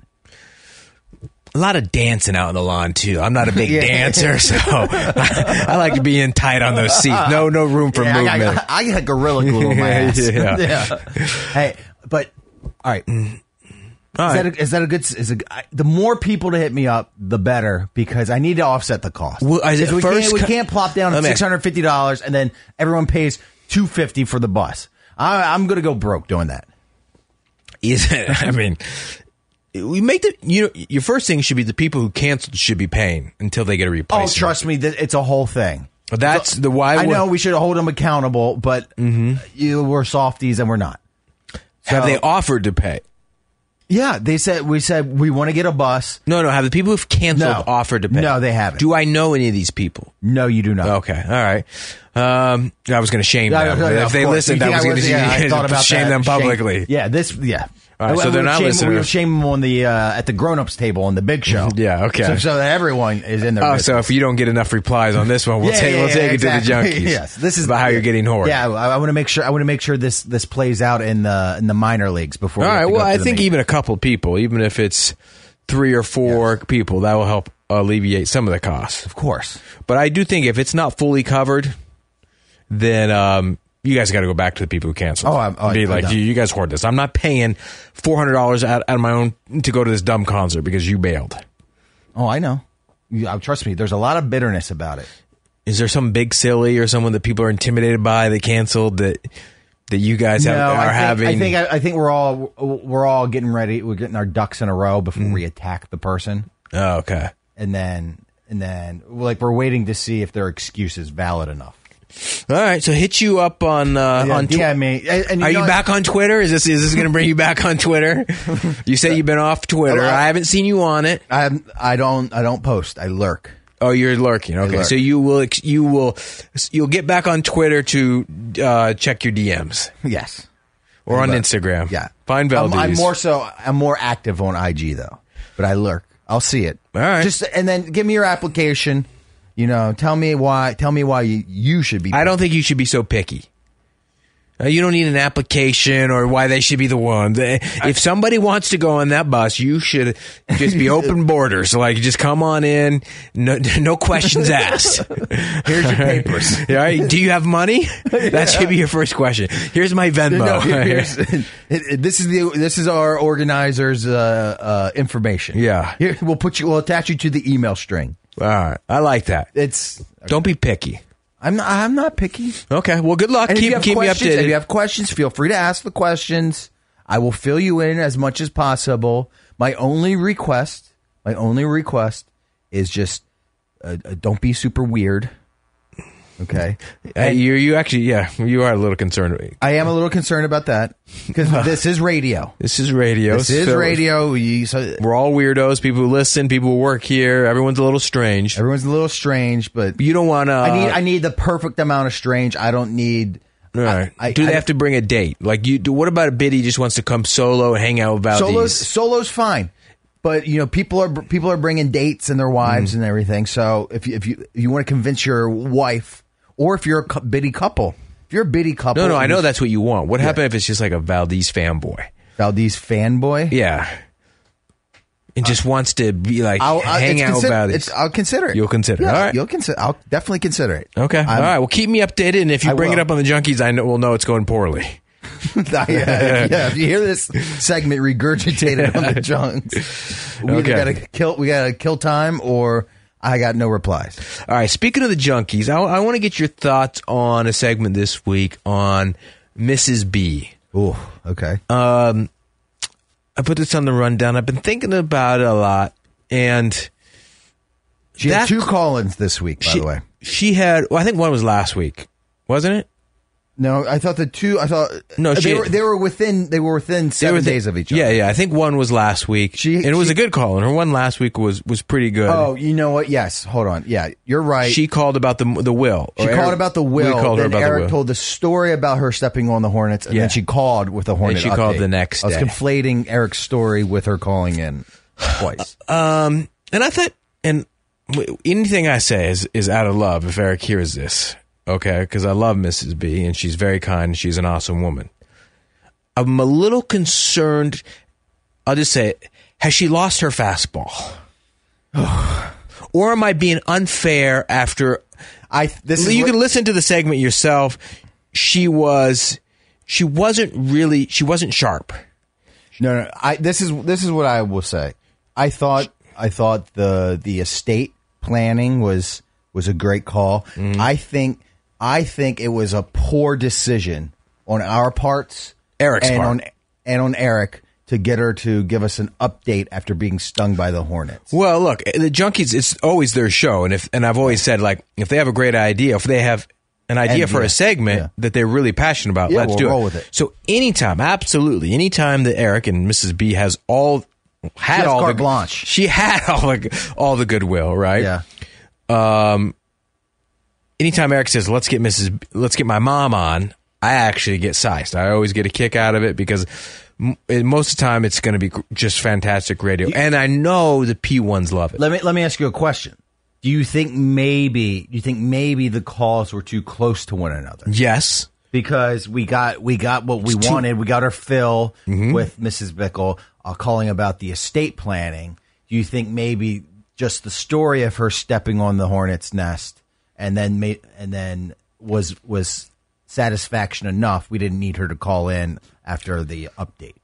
[SPEAKER 2] a lot of dancing out in the lawn too. I'm not a big
[SPEAKER 3] Yeah.
[SPEAKER 2] dancer, so I, I like to be in tight on those seats. No, no room for
[SPEAKER 3] Yeah, I,
[SPEAKER 2] movement.
[SPEAKER 3] got, I got gorilla glue on my ass.
[SPEAKER 2] Yeah. Mm.
[SPEAKER 3] Hey, but all right.
[SPEAKER 2] All
[SPEAKER 3] Is
[SPEAKER 2] right.
[SPEAKER 3] that, a, is that a good? Is a, I, the more people to hit me up, the better because I need to offset the cost.
[SPEAKER 2] Well, is it
[SPEAKER 3] Because we,
[SPEAKER 2] first
[SPEAKER 3] can't, we
[SPEAKER 2] co-
[SPEAKER 3] can't plop down
[SPEAKER 2] Let me ask-
[SPEAKER 3] six hundred fifty dollars and then everyone pays two fifty for the bus. I, I'm gonna go broke doing that.
[SPEAKER 2] is it? I mean, we make the you know your first thing should be the people who canceled should be paying until they get a
[SPEAKER 3] Oh,
[SPEAKER 2] replacement.
[SPEAKER 3] trust me, that it's a whole thing.
[SPEAKER 2] But that's the why.
[SPEAKER 3] I
[SPEAKER 2] would- Mm-hmm.
[SPEAKER 3] know we should hold them accountable, but you we're softies and we're not.
[SPEAKER 2] Have they offered to pay?
[SPEAKER 3] Yeah, they said we said we want to get a bus.
[SPEAKER 2] No, no. Have the people who've canceled
[SPEAKER 3] No.
[SPEAKER 2] offered to pay?
[SPEAKER 3] No, they haven't.
[SPEAKER 2] Do I know any of these people?
[SPEAKER 3] No, you do not.
[SPEAKER 2] Okay, all right. Um, I was going to shame
[SPEAKER 3] Yeah,
[SPEAKER 2] them
[SPEAKER 3] yeah, yeah,
[SPEAKER 2] if
[SPEAKER 3] of
[SPEAKER 2] they
[SPEAKER 3] course.
[SPEAKER 2] listened.
[SPEAKER 3] You
[SPEAKER 2] I
[SPEAKER 3] think
[SPEAKER 2] was going
[SPEAKER 3] yeah, I thought
[SPEAKER 2] to
[SPEAKER 3] about
[SPEAKER 2] shame
[SPEAKER 3] that.
[SPEAKER 2] them publicly.
[SPEAKER 3] yeah, this. Yeah.
[SPEAKER 2] All right, so
[SPEAKER 3] We
[SPEAKER 2] they're
[SPEAKER 3] would
[SPEAKER 2] not
[SPEAKER 3] shame,
[SPEAKER 2] listeners.
[SPEAKER 3] We would shame them on the uh, at the grown ups table on the big show.
[SPEAKER 2] Yeah, okay.
[SPEAKER 3] So, so that everyone is in there.
[SPEAKER 2] Oh, so if you don't get enough replies on this one, we'll
[SPEAKER 3] Yeah,
[SPEAKER 2] take
[SPEAKER 3] yeah,
[SPEAKER 2] we'll
[SPEAKER 3] yeah,
[SPEAKER 2] take it to
[SPEAKER 3] exactly.
[SPEAKER 2] the junkies.
[SPEAKER 3] Yes, this is
[SPEAKER 2] about how you're getting horrid.
[SPEAKER 3] Yeah, I, I want to make sure. I want to make sure this this plays out in the in the minor leagues before.
[SPEAKER 2] All
[SPEAKER 3] we have
[SPEAKER 2] right.
[SPEAKER 3] to go
[SPEAKER 2] Well,
[SPEAKER 3] up to
[SPEAKER 2] I
[SPEAKER 3] the
[SPEAKER 2] think
[SPEAKER 3] major.
[SPEAKER 2] even a couple people, even if it's three or four people, that will help alleviate some of the costs.
[SPEAKER 3] of course.
[SPEAKER 2] But I do think if it's not fully covered, then um, you guys got to go back to the people who canceled.
[SPEAKER 3] Oh, I'm- oh,
[SPEAKER 2] be
[SPEAKER 3] I'm
[SPEAKER 2] like
[SPEAKER 3] done.
[SPEAKER 2] you, you guys hoard this. I'm not paying four hundred dollars out, out of my own to go to this dumb concert because you bailed.
[SPEAKER 3] Oh, I know. You, uh, trust me. There's a lot of bitterness about it.
[SPEAKER 2] Is there some big silly or someone that people are intimidated by that canceled that that you guys have,
[SPEAKER 3] no,
[SPEAKER 2] are
[SPEAKER 3] I think,
[SPEAKER 2] having?
[SPEAKER 3] I think I, I think we're all we're all getting ready. We're getting our ducks in a row before
[SPEAKER 2] Mm.
[SPEAKER 3] we attack the person.
[SPEAKER 2] oh, okay.
[SPEAKER 3] and then and then like we're waiting to see if their excuse is valid enough.
[SPEAKER 2] All right, so hit you up on uh,
[SPEAKER 3] Yeah,
[SPEAKER 2] on Twi-
[SPEAKER 3] DM me. And- and
[SPEAKER 2] Are you
[SPEAKER 3] know-
[SPEAKER 2] back on Twitter? Is this is this going to bring you back on Twitter? You say you've been off Twitter.
[SPEAKER 3] I-
[SPEAKER 2] I haven't seen you on it.
[SPEAKER 3] I I don't I don't post. I lurk.
[SPEAKER 2] Oh, you're lurking. Okay,
[SPEAKER 3] lurk.
[SPEAKER 2] so you will ex- you will you'll get back on Twitter to uh, check your DMs
[SPEAKER 3] Yes.
[SPEAKER 2] or on Instagram.
[SPEAKER 3] Yeah.
[SPEAKER 2] find
[SPEAKER 3] I'm,
[SPEAKER 2] Valdez.
[SPEAKER 3] I'm more so I'm more active on IG though, but I lurk. I'll see it.
[SPEAKER 2] All right.
[SPEAKER 3] Just and then give me your application. You know, tell me why. Tell me why you, you should be.
[SPEAKER 2] I don't think you should be so picky. Uh, you don't need an application or why they should be the one. They- If somebody wants to go on that bus, you should just be open borders. Like, just come on in, no, no questions asked.
[SPEAKER 3] Here's your papers.
[SPEAKER 2] All right, do you have money? That should be your first question. Here's my Venmo.
[SPEAKER 3] No, here's- it- it- this is the this is our organizer's uh, uh, information.
[SPEAKER 2] Yeah.
[SPEAKER 3] Here, we'll put you. We'll attach you to the email string.
[SPEAKER 2] All right, I like that.
[SPEAKER 3] It's
[SPEAKER 2] Don't be picky.
[SPEAKER 3] I'm not, I'm not picky.
[SPEAKER 2] Okay, well, good luck.
[SPEAKER 3] And if you
[SPEAKER 2] keep
[SPEAKER 3] have
[SPEAKER 2] keep me
[SPEAKER 3] questions,
[SPEAKER 2] updated.
[SPEAKER 3] If you have questions, feel free to ask the questions. I will fill you in as much as possible. My only request, my only request, is just uh, uh, don't be super weird. Okay,
[SPEAKER 2] Hey, you you actually yeah you are a little concerned.
[SPEAKER 3] I am a little concerned about that because this is radio.
[SPEAKER 2] This is radio.
[SPEAKER 3] This is
[SPEAKER 2] so
[SPEAKER 3] radio. You, so
[SPEAKER 2] We're all weirdos. People who listen. People who work here. Everyone's a little strange.
[SPEAKER 3] everyone's a little strange, but
[SPEAKER 2] You don't want to.
[SPEAKER 3] I need I need the perfect amount of strange. I don't need.
[SPEAKER 2] Right.
[SPEAKER 3] I- I-
[SPEAKER 2] do they
[SPEAKER 3] I-
[SPEAKER 2] have to bring a date? Like you do? What about a biddy just wants to come solo and hang out with Valdez?
[SPEAKER 3] solos solos fine but you know people are people are bringing dates and their wives
[SPEAKER 2] Mm.
[SPEAKER 3] and everything so if you, if you you want to convince your wife or if you're a cou- biddy couple if you're a biddy couple
[SPEAKER 2] No, no. I know
[SPEAKER 3] who's
[SPEAKER 2] that's what you want. What happened if it's just like a Valdez fanboy?
[SPEAKER 3] Valdez fanboy
[SPEAKER 2] Yeah. And just wants to be like
[SPEAKER 3] I'll, I'll,
[SPEAKER 2] hang
[SPEAKER 3] it's
[SPEAKER 2] out
[SPEAKER 3] consider-
[SPEAKER 2] about
[SPEAKER 3] it's,
[SPEAKER 2] it.
[SPEAKER 3] I'll consider it
[SPEAKER 2] You'll consider it.
[SPEAKER 3] yeah,
[SPEAKER 2] All right.
[SPEAKER 3] you'll consider I'll definitely consider it
[SPEAKER 2] Okay.
[SPEAKER 3] I'm-
[SPEAKER 2] All right. Well, keep me updated, and if you
[SPEAKER 3] I
[SPEAKER 2] bring it
[SPEAKER 3] will.
[SPEAKER 2] up on the junkies, I know we'll know it's going poorly.
[SPEAKER 3] yeah, yeah, if you hear this segment regurgitated on the junks we
[SPEAKER 2] Okay.
[SPEAKER 3] either gotta kill we gotta kill time or I got no replies
[SPEAKER 2] All right. Speaking of the junkies, I, I want to get your thoughts on a segment this week on Mrs. B.
[SPEAKER 3] Ooh, okay
[SPEAKER 2] Uh, I put this on the rundown. I've been thinking about it a lot, and
[SPEAKER 3] she had
[SPEAKER 2] that-
[SPEAKER 3] two call-ins this week by
[SPEAKER 2] she,
[SPEAKER 3] the way
[SPEAKER 2] she had. Well, I think one was last week, wasn't it?
[SPEAKER 3] No, I thought the two. I thought
[SPEAKER 2] No,
[SPEAKER 3] they
[SPEAKER 2] she-
[SPEAKER 3] were they were within they were within seven
[SPEAKER 2] They were the-
[SPEAKER 3] days of each other.
[SPEAKER 2] Yeah, yeah. I think one was last week,
[SPEAKER 3] She-
[SPEAKER 2] and it was
[SPEAKER 3] she-
[SPEAKER 2] a good call. And her one last week was was pretty good.
[SPEAKER 3] Oh, you know what? Yes. Hold on. Yeah, you're right.
[SPEAKER 2] she called about the the will.
[SPEAKER 3] She
[SPEAKER 2] Or
[SPEAKER 3] called
[SPEAKER 2] Eric-
[SPEAKER 3] about the will.
[SPEAKER 2] We called her
[SPEAKER 3] then
[SPEAKER 2] about
[SPEAKER 3] Eric
[SPEAKER 2] the will.
[SPEAKER 3] told the story about her stepping on the Hornets, and
[SPEAKER 2] Yeah.
[SPEAKER 3] then she called with the Hornet.
[SPEAKER 2] she called
[SPEAKER 3] update.
[SPEAKER 2] the next
[SPEAKER 3] I was
[SPEAKER 2] day.
[SPEAKER 3] conflating Eric's story with her calling in twice.
[SPEAKER 2] Um, and I thought, and w- anything I say is is out of love. If Eric hears this, okay, because I love Mrs. B and she's very kind. and She's an awesome woman. I'm a little concerned. I'll just say it. Has she lost her fastball? or am I being unfair after
[SPEAKER 3] I this is
[SPEAKER 2] you
[SPEAKER 3] what-
[SPEAKER 2] can listen to the segment yourself. She was she wasn't really she wasn't sharp.
[SPEAKER 3] No, no. I this is this is what I will say. I thought I thought the the estate planning was was a great call. I think I think it was a poor decision on our parts,
[SPEAKER 2] Eric's
[SPEAKER 3] and
[SPEAKER 2] part.
[SPEAKER 3] on and on Eric to get her to give us an update after being stung by the hornets.
[SPEAKER 2] Well, look, eh, the junkies it's always their show and if and I've always said like if they have a great idea, if they have an idea
[SPEAKER 3] And,
[SPEAKER 2] for
[SPEAKER 3] yeah,
[SPEAKER 2] a segment
[SPEAKER 3] yeah.
[SPEAKER 2] that they're really passionate about,
[SPEAKER 3] Yeah,
[SPEAKER 2] let's
[SPEAKER 3] we'll
[SPEAKER 2] do
[SPEAKER 3] roll
[SPEAKER 2] it.
[SPEAKER 3] with it.
[SPEAKER 2] So anytime, absolutely, anytime that Eric and Mrs. B has all had
[SPEAKER 3] has
[SPEAKER 2] all
[SPEAKER 3] carte
[SPEAKER 2] the
[SPEAKER 3] blanche.
[SPEAKER 2] she had all the all the goodwill, right?
[SPEAKER 3] Yeah.
[SPEAKER 2] anytime Eric says, "Let's get Mrs. B- Let's get my mom on," I actually get sized. I always get a kick out of it because m- it- most of the time it's going to be gr- just fantastic radio, and I know the P ones love it.
[SPEAKER 3] Let me let me ask you a question. Do you think maybe do you think maybe the calls were too close to one another?
[SPEAKER 2] yes,
[SPEAKER 3] because we got we got what we wanted. We got our fill
[SPEAKER 2] Mm-hmm.
[SPEAKER 3] with Mrs. Bickle uh, calling about the estate planning. Do you think maybe just the story of her stepping on the hornet's nest and then made and then was was satisfaction enough? We didn't need her to call in after the update.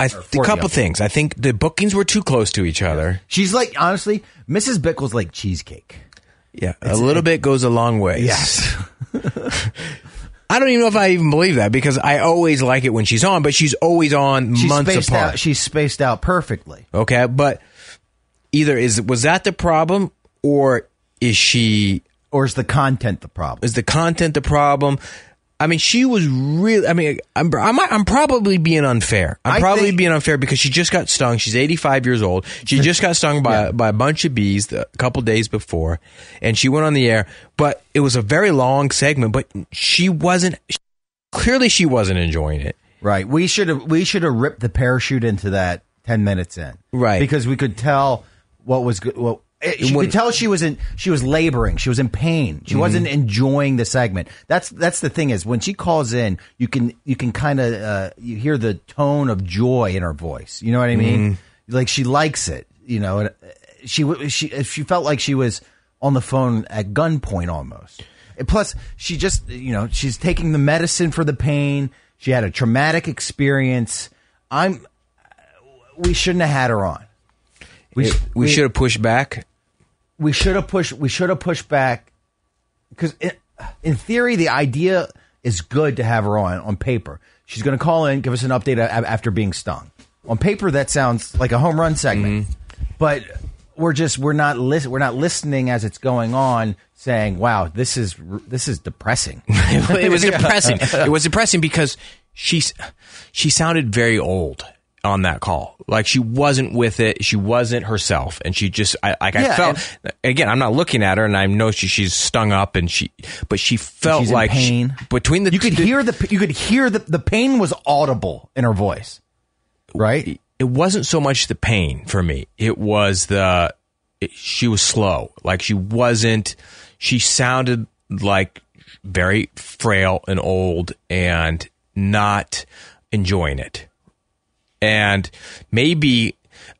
[SPEAKER 2] I th-
[SPEAKER 3] for
[SPEAKER 2] a
[SPEAKER 3] the
[SPEAKER 2] couple
[SPEAKER 3] update.
[SPEAKER 2] things. I think the bookings were too close to each other.
[SPEAKER 3] She's like honestly, Mrs. Bickle's like cheesecake.
[SPEAKER 2] Yeah, a little bit goes a long way. I don't even know if I even believe that because I always like it when she's on, but she's always on
[SPEAKER 3] she's
[SPEAKER 2] months
[SPEAKER 3] spaced
[SPEAKER 2] apart.
[SPEAKER 3] out. She's spaced out perfectly.
[SPEAKER 2] Okay, but either is was that the problem or is she
[SPEAKER 3] Or is the content the problem?
[SPEAKER 2] Is the content the problem? I mean, she was really. I mean, I'm I'm, I'm probably being unfair. I'm
[SPEAKER 3] I
[SPEAKER 2] probably
[SPEAKER 3] think-
[SPEAKER 2] being unfair because she just got stung. She's 85 years old. She just got stung by by a bunch of bees the- a couple days before, and she went on the air. But it was a very long segment. But she wasn't. Clearly, she wasn't enjoying it.
[SPEAKER 3] Right. We should have we should have ripped the parachute into that ten minutes in.
[SPEAKER 2] Right.
[SPEAKER 3] Because we could tell what was good. Well, it, you could
[SPEAKER 2] wouldn't-
[SPEAKER 3] tell she was in she was laboring. She was in pain. She wasn't enjoying the segment. That's that's the thing is when she calls in, you can you can kind of uh, you hear the tone of joy in her voice. You know what I mean? Like she likes it. You know. And uh, she w- she she felt like she was on the phone at gunpoint almost. And plus, she just, you know, she's taking the medicine for the pain. She had a traumatic experience. I'm, we shouldn't have had her on. We,
[SPEAKER 2] It- we should have pushed back.
[SPEAKER 3] we should have pushed, we should have pushed back because in theory, the idea is good to have her on on paper. She's going to call in, give us an update a- a- after being stung. On paper, that sounds like a home run segment,
[SPEAKER 2] Mm-hmm.
[SPEAKER 3] but we're just we're not lis- we're not listening as it's going on, saying, "Wow, this is r- this is depressing."
[SPEAKER 2] it was depressing. It was depressing because she's she sounded very old on that call. Like she wasn't with it. She wasn't herself, and she just I like
[SPEAKER 3] Yeah,
[SPEAKER 2] I felt again. I'm not looking at her, and I know she she's stung up, and she but she felt
[SPEAKER 3] She's in
[SPEAKER 2] like she-
[SPEAKER 3] pain.
[SPEAKER 2] between the
[SPEAKER 3] you could hear the you could hear the the pain was audible in her voice, right?
[SPEAKER 2] it wasn't so much the pain for me. It was the it, she was slow. Like she wasn't. She sounded like very frail and old and not enjoying it. And maybe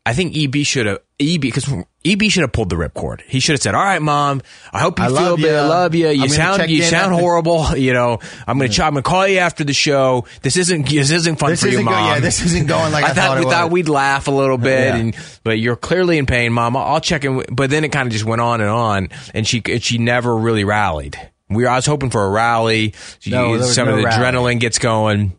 [SPEAKER 2] I think E EB should have EB because EB should have E pulled the ripcord. He should have said, "All right, mom, I hope you
[SPEAKER 3] I
[SPEAKER 2] feel
[SPEAKER 3] love
[SPEAKER 2] better. I
[SPEAKER 3] ya.
[SPEAKER 2] love you.
[SPEAKER 3] I'm
[SPEAKER 2] You
[SPEAKER 3] gonna check
[SPEAKER 2] sound you
[SPEAKER 3] in
[SPEAKER 2] sound
[SPEAKER 3] after-
[SPEAKER 2] horrible. You know, I'm gonna ch- I'm gonna call you after the show. This isn't this isn't fun
[SPEAKER 3] Hmm. This
[SPEAKER 2] for you,
[SPEAKER 3] isn't go-
[SPEAKER 2] mom.
[SPEAKER 3] yeah, this isn't going like I
[SPEAKER 2] thought,
[SPEAKER 3] thought it
[SPEAKER 2] we thought
[SPEAKER 3] would.
[SPEAKER 2] we'd laugh a little bit,
[SPEAKER 3] Yeah.
[SPEAKER 2] and but you're clearly in pain, mom. I'll, I'll check in. with- But then it kind of just went on and on, and she and she never really rallied. We I was hoping for a rally. She-
[SPEAKER 3] No, there was
[SPEAKER 2] some
[SPEAKER 3] no
[SPEAKER 2] of the
[SPEAKER 3] rally.
[SPEAKER 2] adrenaline gets going.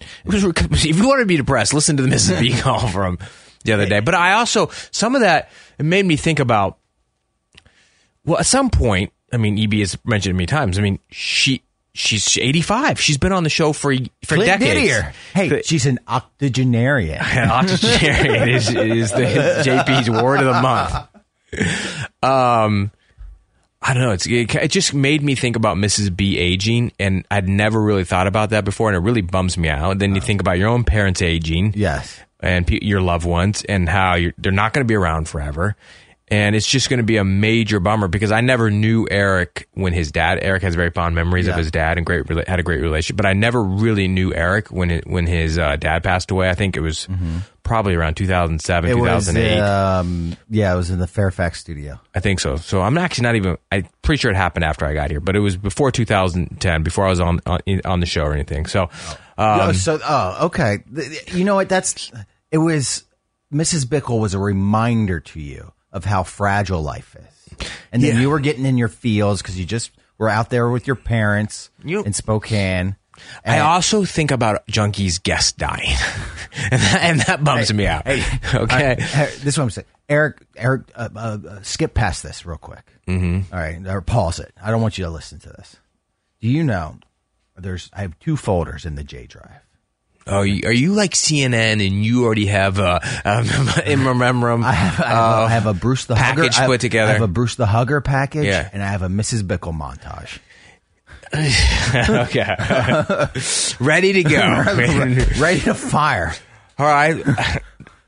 [SPEAKER 2] It was- if you want to be depressed, listen to the Mrs. B call from the other day. But I also some of that it made me think about. E Well, at some point, I mean, EB has mentioned it many times. I mean, she she's 85. She's been on the show for for
[SPEAKER 3] Clint
[SPEAKER 2] decades.
[SPEAKER 3] Didier. Hey,
[SPEAKER 2] Cl-
[SPEAKER 3] she's an octogenarian.
[SPEAKER 2] an octogenarian is, is the JP's word of the month. Um, I don't know. It's, it, it just made me think about Mrs. B aging, and I'd never really thought about that before, and it really bums me out. Then you think about your own parents aging,
[SPEAKER 3] Yes.
[SPEAKER 2] and pe- your loved ones, and how you're, they're not going to be around forever. And it's just going to be a major bummer because I never knew Eric when his dad. Eric has very fond memories of
[SPEAKER 3] Yeah.
[SPEAKER 2] his dad and great rela- had a great relationship, but I never really knew Eric when it, when his uh, dad passed away. I think it was probably around 2007,
[SPEAKER 3] Mm-hmm. It was,
[SPEAKER 2] 2008.
[SPEAKER 3] um, yeah, it was in the Fairfax studio.
[SPEAKER 2] I think so. So I'm actually not even. I'm pretty sure it happened after I got here, but it was before 2010, before I was on on, in- on the show or anything. So, um,
[SPEAKER 3] oh, so oh, okay. Th- th- You know what? That's it was Mrs. Bickle was a reminder to you of how fragile life is, and then
[SPEAKER 2] Yeah.
[SPEAKER 3] you were getting in your feels because you just were out there with your parents
[SPEAKER 2] You-
[SPEAKER 3] in Spokane.
[SPEAKER 2] I also think about Junkie's guest dying, and, that, and that bums me out. okay,
[SPEAKER 3] I- I- this is what I'm saying. Eric, Eric, uh, uh, uh, skip past this real quick. Mm-hmm. right, or pause it. I don't want you to listen to this. Do you know? There's I have two folders in the J drive.
[SPEAKER 2] are you, Oh, are you like CNN and you already have uh, um, in memoriam?
[SPEAKER 3] I have, I have, a, I have a Bruce the
[SPEAKER 2] Oh, package
[SPEAKER 3] Hugger, I-
[SPEAKER 2] put together.
[SPEAKER 3] I have a Bruce the Hugger package,
[SPEAKER 2] Yeah.
[SPEAKER 3] and I have a Mrs. Bickle montage.
[SPEAKER 2] okay, ready to go.
[SPEAKER 3] Ready to fire.
[SPEAKER 2] All right. I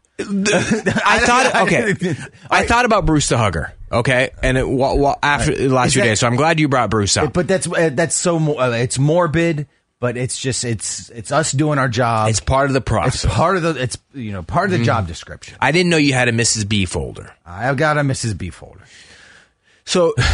[SPEAKER 2] thought okay. I thought about Bruce the Hugger. Okay, and it, wa wa after the last
[SPEAKER 3] Is
[SPEAKER 2] few
[SPEAKER 3] that-
[SPEAKER 2] days, so I'm glad you brought Bruce up.
[SPEAKER 3] But that's uh, that's so mo- uh, it's morbid, but it's just it's it's us doing our job.
[SPEAKER 2] it's Mm-hmm. part of the process.
[SPEAKER 3] It's part of the it's you know part of the job description.
[SPEAKER 2] I didn't know you had a Mrs. B folder.
[SPEAKER 3] I've got a Mrs. B folder.
[SPEAKER 2] So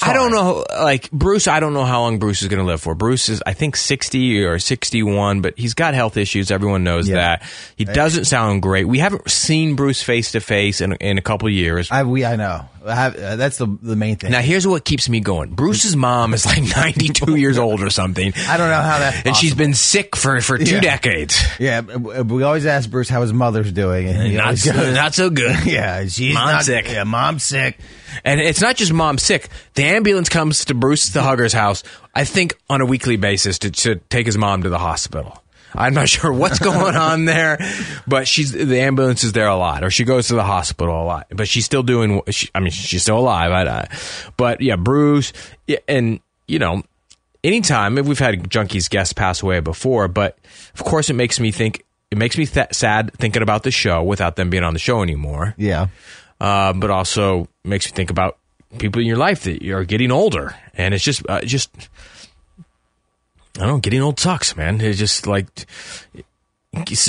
[SPEAKER 2] I don't know, like Bruce. I don't know how long Bruce is going to live for. Bruce is, I think, sixty or sixty-one, but he's got health issues. Everyone knows
[SPEAKER 3] Yeah.
[SPEAKER 2] that. He doesn't sound great. We haven't seen Bruce face to face in in a couple years.
[SPEAKER 3] I we I know I have, uh, that's the the main thing.
[SPEAKER 2] now here's what keeps me going. Bruce's mom is like 92 years old or something.
[SPEAKER 3] I don't know how that.
[SPEAKER 2] and she's been sick for, for two
[SPEAKER 3] Yeah.
[SPEAKER 2] decades.
[SPEAKER 3] yeah. uh, We always ask Bruce how his mother's doing, and he
[SPEAKER 2] Not
[SPEAKER 3] always
[SPEAKER 2] so,
[SPEAKER 3] goes,
[SPEAKER 2] not so good.
[SPEAKER 3] yeah, she's
[SPEAKER 2] Mom's
[SPEAKER 3] not-
[SPEAKER 2] sick.
[SPEAKER 3] Yeah, mom's sick.
[SPEAKER 2] And it's not just mom sick. The ambulance comes to Bruce the Hugger's house, I think, on a weekly basis to, to take his mom to the hospital. I'm not sure what's going on there, but she's the ambulance is there a lot, or she goes to the hospital a lot. But she's still doing. She, I mean, she's still alive. I, I, but yeah, Bruce, yeah, and you know, anytime we've had junkies guests pass away before, but of course, it makes me think. It makes me th- sad thinking about the show without them being on the show anymore
[SPEAKER 3] Yeah.
[SPEAKER 2] uh, but also makes you think about people in your life that are getting older, and it's just uh, just I don't know, getting old sucks, man. It's just like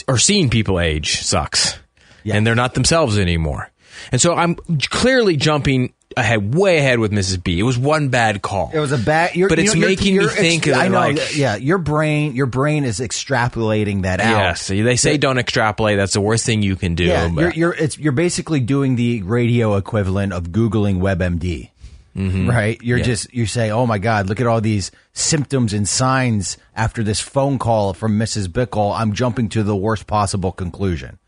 [SPEAKER 2] or seeing people age sucks, and they're not themselves anymore. And so I'm clearly jumping ahead, way ahead with Mrs. B. It was one bad call.
[SPEAKER 3] It was a bad. You're,
[SPEAKER 2] But it's
[SPEAKER 3] you're-
[SPEAKER 2] making me
[SPEAKER 3] you're ex-
[SPEAKER 2] think of
[SPEAKER 3] I
[SPEAKER 2] it,
[SPEAKER 3] know.
[SPEAKER 2] like-
[SPEAKER 3] yeah, your brain, your brain is extrapolating that out.
[SPEAKER 2] Yeah, so they say don't extrapolate. That's the worst thing you can do.
[SPEAKER 3] Yeah,
[SPEAKER 2] but-
[SPEAKER 3] you're you're, it's, you're basically doing the radio equivalent of googling WebMD,
[SPEAKER 2] Mm-hmm.
[SPEAKER 3] right? You're just you say, oh my god, look at all these symptoms and signs after this phone call from Mrs. Bickle. I'm jumping to the worst possible conclusion.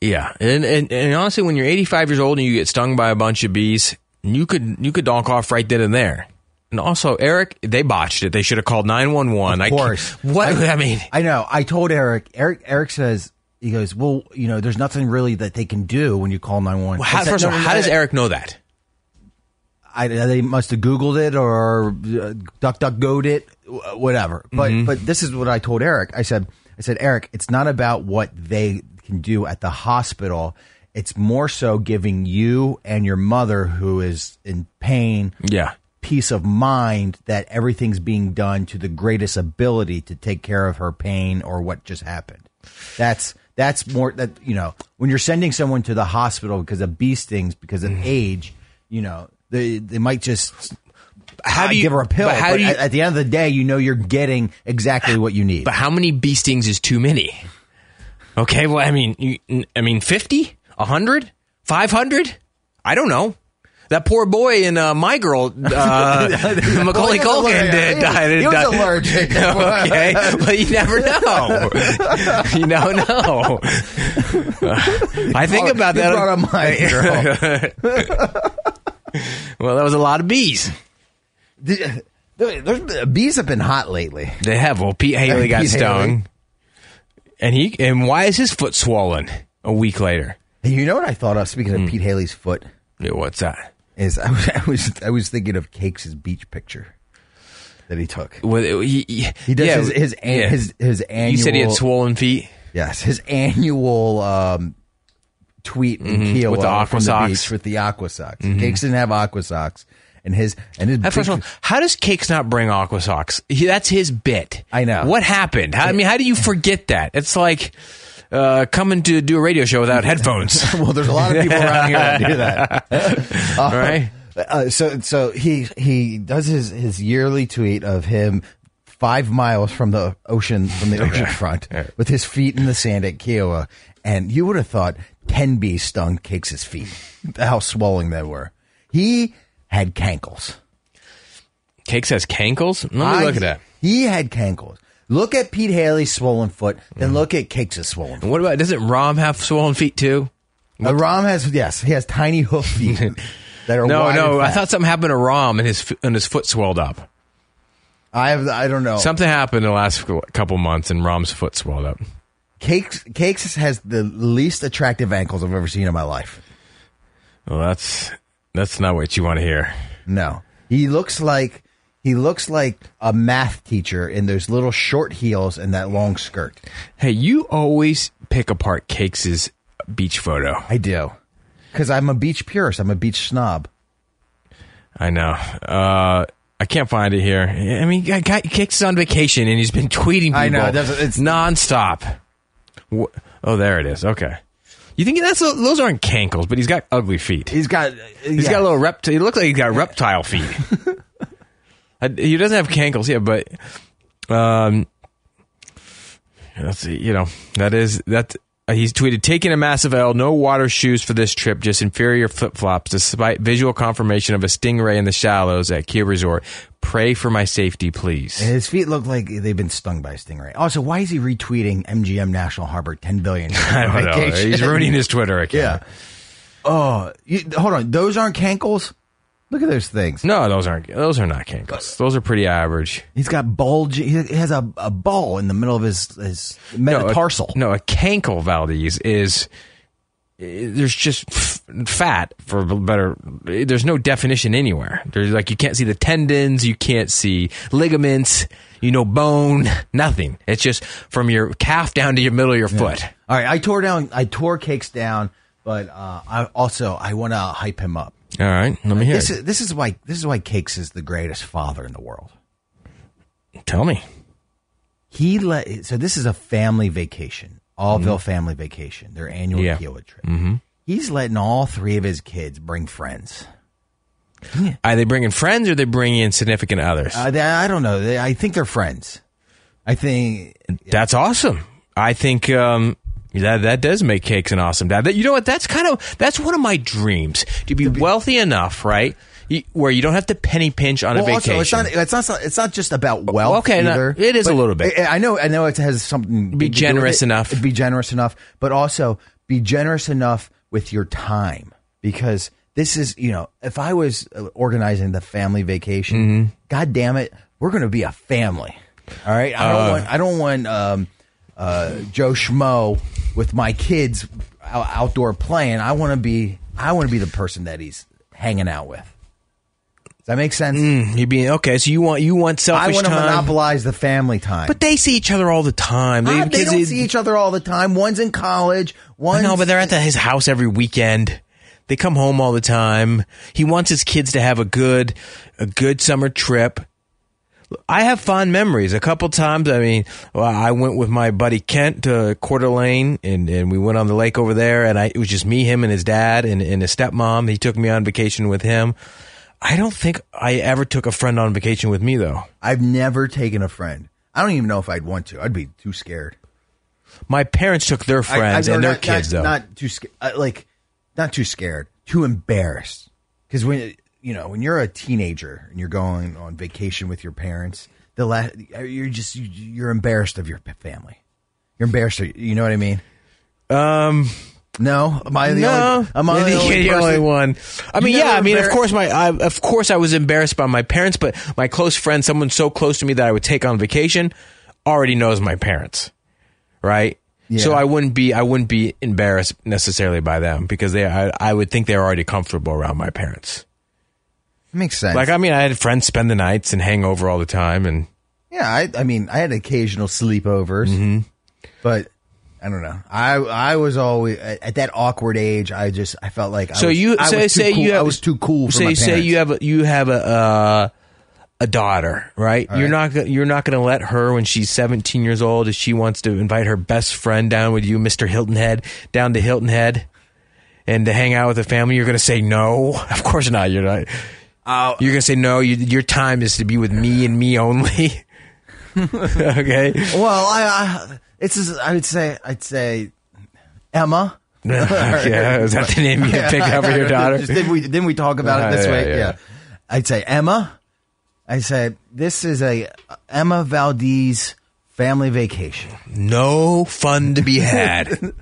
[SPEAKER 2] Yeah, and, and and honestly, when you're 85 years old and you get stung by a bunch of bees, you could you could donk off right then and there. And also, Eric, they botched it. They should have called 911.
[SPEAKER 3] Of
[SPEAKER 2] I can't-
[SPEAKER 3] course.
[SPEAKER 2] what I, mean,
[SPEAKER 3] I know. I told Eric. Eric Eric says. He goes, well, you know, there's nothing really that they can do when you call 911.
[SPEAKER 2] how,
[SPEAKER 3] I said,
[SPEAKER 2] first of
[SPEAKER 3] "No,
[SPEAKER 2] all,
[SPEAKER 3] no,
[SPEAKER 2] how
[SPEAKER 3] no,
[SPEAKER 2] does Eric know that?
[SPEAKER 3] I, they must have Googled it or uh, duck duck goat it, wh- whatever. But but this is what I told Eric. I said I said Eric, it's not about what they can do at the hospital. It's more so giving you and your mother, who is in pain,
[SPEAKER 2] Yeah,
[SPEAKER 3] peace of mind that everything's being done to the greatest ability to take care of her pain or what just happened. That's that's more that you know when you're sending someone to the hospital because of bee stings because of
[SPEAKER 2] Mm-hmm.
[SPEAKER 3] age, you know they they might just
[SPEAKER 2] how
[SPEAKER 3] not
[SPEAKER 2] do you
[SPEAKER 3] give her a pill.
[SPEAKER 2] But how
[SPEAKER 3] but
[SPEAKER 2] do you?
[SPEAKER 3] at, at the end of the day, you know you're getting exactly what you need.
[SPEAKER 2] but how many bee stings is too many? Okay, well, I mean, you, I mean, 50, 100, 500. I don't know. That poor boy in uh, my girl, uh, Macaulay
[SPEAKER 3] Well, he was
[SPEAKER 2] Culkin, did, died.
[SPEAKER 3] allergic. He was
[SPEAKER 2] died-
[SPEAKER 3] allergic.
[SPEAKER 2] okay, but you never know. you don't know. I think about
[SPEAKER 3] Oh, You
[SPEAKER 2] that.
[SPEAKER 3] brought up my girl.
[SPEAKER 2] well, that was a lot of bees.
[SPEAKER 3] Did- There's, bees have been hot lately.
[SPEAKER 2] They have. Well, Pete Haley got
[SPEAKER 3] Pete
[SPEAKER 2] stung,
[SPEAKER 3] Haley.
[SPEAKER 2] and he and why is his foot swollen a week later?
[SPEAKER 3] You know what I thought of? Speaking of
[SPEAKER 2] Hmm.
[SPEAKER 3] Pete Haley's foot,
[SPEAKER 2] Yeah, what's that?
[SPEAKER 3] is I was, I was I was thinking of Cakes' beach picture that he took.
[SPEAKER 2] Well, he, he,
[SPEAKER 3] He does
[SPEAKER 2] yeah,
[SPEAKER 3] his his, an,
[SPEAKER 2] yeah.
[SPEAKER 3] his his annual.
[SPEAKER 2] You said he had swollen feet.
[SPEAKER 3] Yes, his annual um, tweet in Kiowa
[SPEAKER 2] Mm-hmm. With the aqua
[SPEAKER 3] from the
[SPEAKER 2] socks.
[SPEAKER 3] beach with the aqua socks. Cakes didn't have aqua socks, and his and his.
[SPEAKER 2] I first
[SPEAKER 3] big-
[SPEAKER 2] of all, how does Cakes not bring aqua socks? He, that's his bit.
[SPEAKER 3] I know.
[SPEAKER 2] What happened? How, I mean, how do you forget that? It's like uh, coming to do a radio show without headphones.
[SPEAKER 3] well, there's a lot of people around here that do that. Uh,
[SPEAKER 2] Right.
[SPEAKER 3] Uh, so so he he does his his yearly tweet of him five miles from the ocean from the ocean front with his feet in the sand at Kiowa, and you would have thought ten bees stung Cakes' feet. How swollen they were. He had cankles.
[SPEAKER 2] Cakes has cankles. Let me
[SPEAKER 3] I-
[SPEAKER 2] look at that.
[SPEAKER 3] He had cankles. Look at Pete Haley's swollen foot, then
[SPEAKER 2] Mm.
[SPEAKER 3] look at Cakes' swollen foot.
[SPEAKER 2] And what about doesn't Rom have swollen feet too?
[SPEAKER 3] The Rom has yes, he has tiny hoof feet that are
[SPEAKER 2] No,
[SPEAKER 3] wide
[SPEAKER 2] no.
[SPEAKER 3] and
[SPEAKER 2] I
[SPEAKER 3] fat.
[SPEAKER 2] thought something happened to Rom and his f- and his foot swelled up.
[SPEAKER 3] I have I don't know.
[SPEAKER 2] Something happened in the last cou- couple months, and Rom's foot swelled up.
[SPEAKER 3] Cakes Cakes has the least attractive ankles I've ever seen in my life.
[SPEAKER 2] Well, that's that's not what you want to hear.
[SPEAKER 3] No, he looks like he looks like a math teacher in those little short heels and that long skirt.
[SPEAKER 2] Hey, you always pick apart Cakes' beach photo.
[SPEAKER 3] I do, because I'm a beach purist. I'm a beach snob.
[SPEAKER 2] I know. Uh, I can't find it here. I mean, guy, guy, Cakes is on vacation and he's been tweeting people.
[SPEAKER 3] I know, that's- it's-
[SPEAKER 2] nonstop. Wh- oh, there it is. Okay. You think that's those aren't cankles, but he's got ugly feet.
[SPEAKER 3] He's got
[SPEAKER 2] He's got a little reptile. He looks like he's got reptile feet. I, he doesn't have cankles, yeah, but um, let's see. You know, that is that. Uh, he's tweeted, taking a massive L, no water shoes for this trip, just inferior flip flops, despite visual confirmation of a stingray in the shallows at Key Resort. Pray for my safety, please.
[SPEAKER 3] His feet look like they've been stung by a stingray. Also, why is he retweeting MGM National Harbor 10 billion?
[SPEAKER 2] I don't know.
[SPEAKER 3] vacation?
[SPEAKER 2] He's ruining his Twitter
[SPEAKER 3] Yeah.
[SPEAKER 2] account.
[SPEAKER 3] Oh, you, hold on. Those aren't cankles? Look at those things.
[SPEAKER 2] No, those aren't. Those are not cankles. Those are pretty average.
[SPEAKER 3] He's got bulge. He has a, a ball in the middle of his, his metatarsal.
[SPEAKER 2] No, uh, a, no, a cankle Valdez is eh, there's just f- fat for better. eh, There's no definition anywhere. There's like you can't see the tendons, you can't see ligaments, you know bone, nothing. It's just from your calf down to your middle of your foot.
[SPEAKER 3] All right. I tore down, I tore cakes down, but uh, I also, I want to hype him up.
[SPEAKER 2] All right, let me hear.
[SPEAKER 3] This
[SPEAKER 2] it.
[SPEAKER 3] is, this is why, this is why cakes is the greatest father in the world.
[SPEAKER 2] Tell me.
[SPEAKER 3] he let so this is a family vacation allville family vacation their annual
[SPEAKER 2] Mm-hmm. Yeah. Mm-hmm.
[SPEAKER 3] Kiowa trip he's letting all three of his kids bring friends
[SPEAKER 2] Are they bringing friends or are they bringing in significant others?
[SPEAKER 3] uh, they, i don't know they, i think they're friends i think
[SPEAKER 2] That's awesome. I think um, that that does make cakes an awesome dad. That, you know what? That's kind of that's one of my dreams to be wealthy enough, right? You, where you don't have to penny pinch on a
[SPEAKER 3] Well,
[SPEAKER 2] vacation.
[SPEAKER 3] also, it's not it's not it's not just about wealth.
[SPEAKER 2] okay, no,
[SPEAKER 3] either.
[SPEAKER 2] it is a
[SPEAKER 3] But
[SPEAKER 2] little bit.
[SPEAKER 3] I, I know I know it has something.
[SPEAKER 2] Be
[SPEAKER 3] big to do with
[SPEAKER 2] generous
[SPEAKER 3] it.
[SPEAKER 2] enough.
[SPEAKER 3] Be generous enough, but also be generous enough with your time because this is you know if I was uh, organizing the family vacation,
[SPEAKER 2] Mm-hmm.
[SPEAKER 3] God damn it, we're going to be a family. All right, I
[SPEAKER 2] Uh,
[SPEAKER 3] don't want I don't want um, uh, Joe Schmo with my kids out, outdoor playing. I want to be I want to be the person that he's hanging out with. Does that make sense?
[SPEAKER 2] you being okay. So you want you want
[SPEAKER 3] I
[SPEAKER 2] selfish
[SPEAKER 3] want to
[SPEAKER 2] time,
[SPEAKER 3] monopolize the family time.
[SPEAKER 2] but they see each other all the time.
[SPEAKER 3] Ah, they
[SPEAKER 2] because
[SPEAKER 3] don't see each other all the time. One's in college. One's
[SPEAKER 2] No, but they're at the, his house every weekend. They come home all the time. He wants his kids to have a good, a good summer trip. I have fond memories. A couple times, I mean, well, I went with my buddy Kent to Coeur d'Alene and, and we went on the lake over there and I, it was just me, him and his dad and, and his stepmom. He took me on vacation with him. I don't think I ever took a friend on vacation with me though.
[SPEAKER 3] I've never taken a friend. I don't even know if I'd want to. I'd be too scared.
[SPEAKER 2] My parents took their
[SPEAKER 3] I- I-
[SPEAKER 2] friends
[SPEAKER 3] or
[SPEAKER 2] and their
[SPEAKER 3] not-
[SPEAKER 2] kids
[SPEAKER 3] not,
[SPEAKER 2] though.
[SPEAKER 3] Not too scared. Like, not too scared. Too embarrassed. Because when you know when you're a teenager and you're going on vacation with your parents, the la- you're just you're embarrassed of your family. You're embarrassed. Of, you know what I mean?
[SPEAKER 2] Um,
[SPEAKER 3] No, am I the
[SPEAKER 4] No.
[SPEAKER 3] only? Am I the
[SPEAKER 2] You're
[SPEAKER 3] only,
[SPEAKER 2] the only
[SPEAKER 3] person?
[SPEAKER 2] one. I mean,
[SPEAKER 3] You
[SPEAKER 2] yeah.
[SPEAKER 3] never
[SPEAKER 2] I mean, of
[SPEAKER 3] embar-
[SPEAKER 2] course, my I, of course I was embarrassed by my parents, but my close friend, someone so close to me that I would take on vacation, already knows my parents, right? So
[SPEAKER 3] Yeah.
[SPEAKER 2] I wouldn't be I wouldn't be embarrassed necessarily by them because they I, I would think they're already comfortable around my parents.
[SPEAKER 3] Makes sense.
[SPEAKER 2] Like I mean, I had friends spend the nights and hang over all the time, and
[SPEAKER 3] yeah, I, I mean, I had occasional sleepovers,
[SPEAKER 2] Mm-hmm.
[SPEAKER 3] but I don't know. I I was always at at that awkward age. I just I felt like
[SPEAKER 2] so
[SPEAKER 3] I was,
[SPEAKER 2] you
[SPEAKER 3] I
[SPEAKER 2] say
[SPEAKER 3] was too
[SPEAKER 2] say
[SPEAKER 3] cool-
[SPEAKER 2] you have,
[SPEAKER 3] I was too cool. For
[SPEAKER 2] say
[SPEAKER 3] my
[SPEAKER 2] say
[SPEAKER 3] parents.
[SPEAKER 2] you have a, you have a uh, a daughter, right? you're not go- you're not going to let her when she's 17 years old if she wants to invite her best friend down with you, Mr. Hilton Head, down to Hilton Head, and to hang out with the family. You're going to say no. Of course not. You're not.
[SPEAKER 3] Uh,
[SPEAKER 2] you're going to say no. You, your time is to be with me and me only. okay.
[SPEAKER 3] Well, I, I it's just, I would say I'd say Emma.
[SPEAKER 2] yeah. Is that the name you pick out for your daughter? Uh,
[SPEAKER 3] Just, didn't we didn't we talk about it this
[SPEAKER 2] Yeah,
[SPEAKER 3] way?
[SPEAKER 2] yeah.
[SPEAKER 3] Yeah. I'd say Emma. I say this is a Emma Valdez family vacation.
[SPEAKER 2] No fun to be had.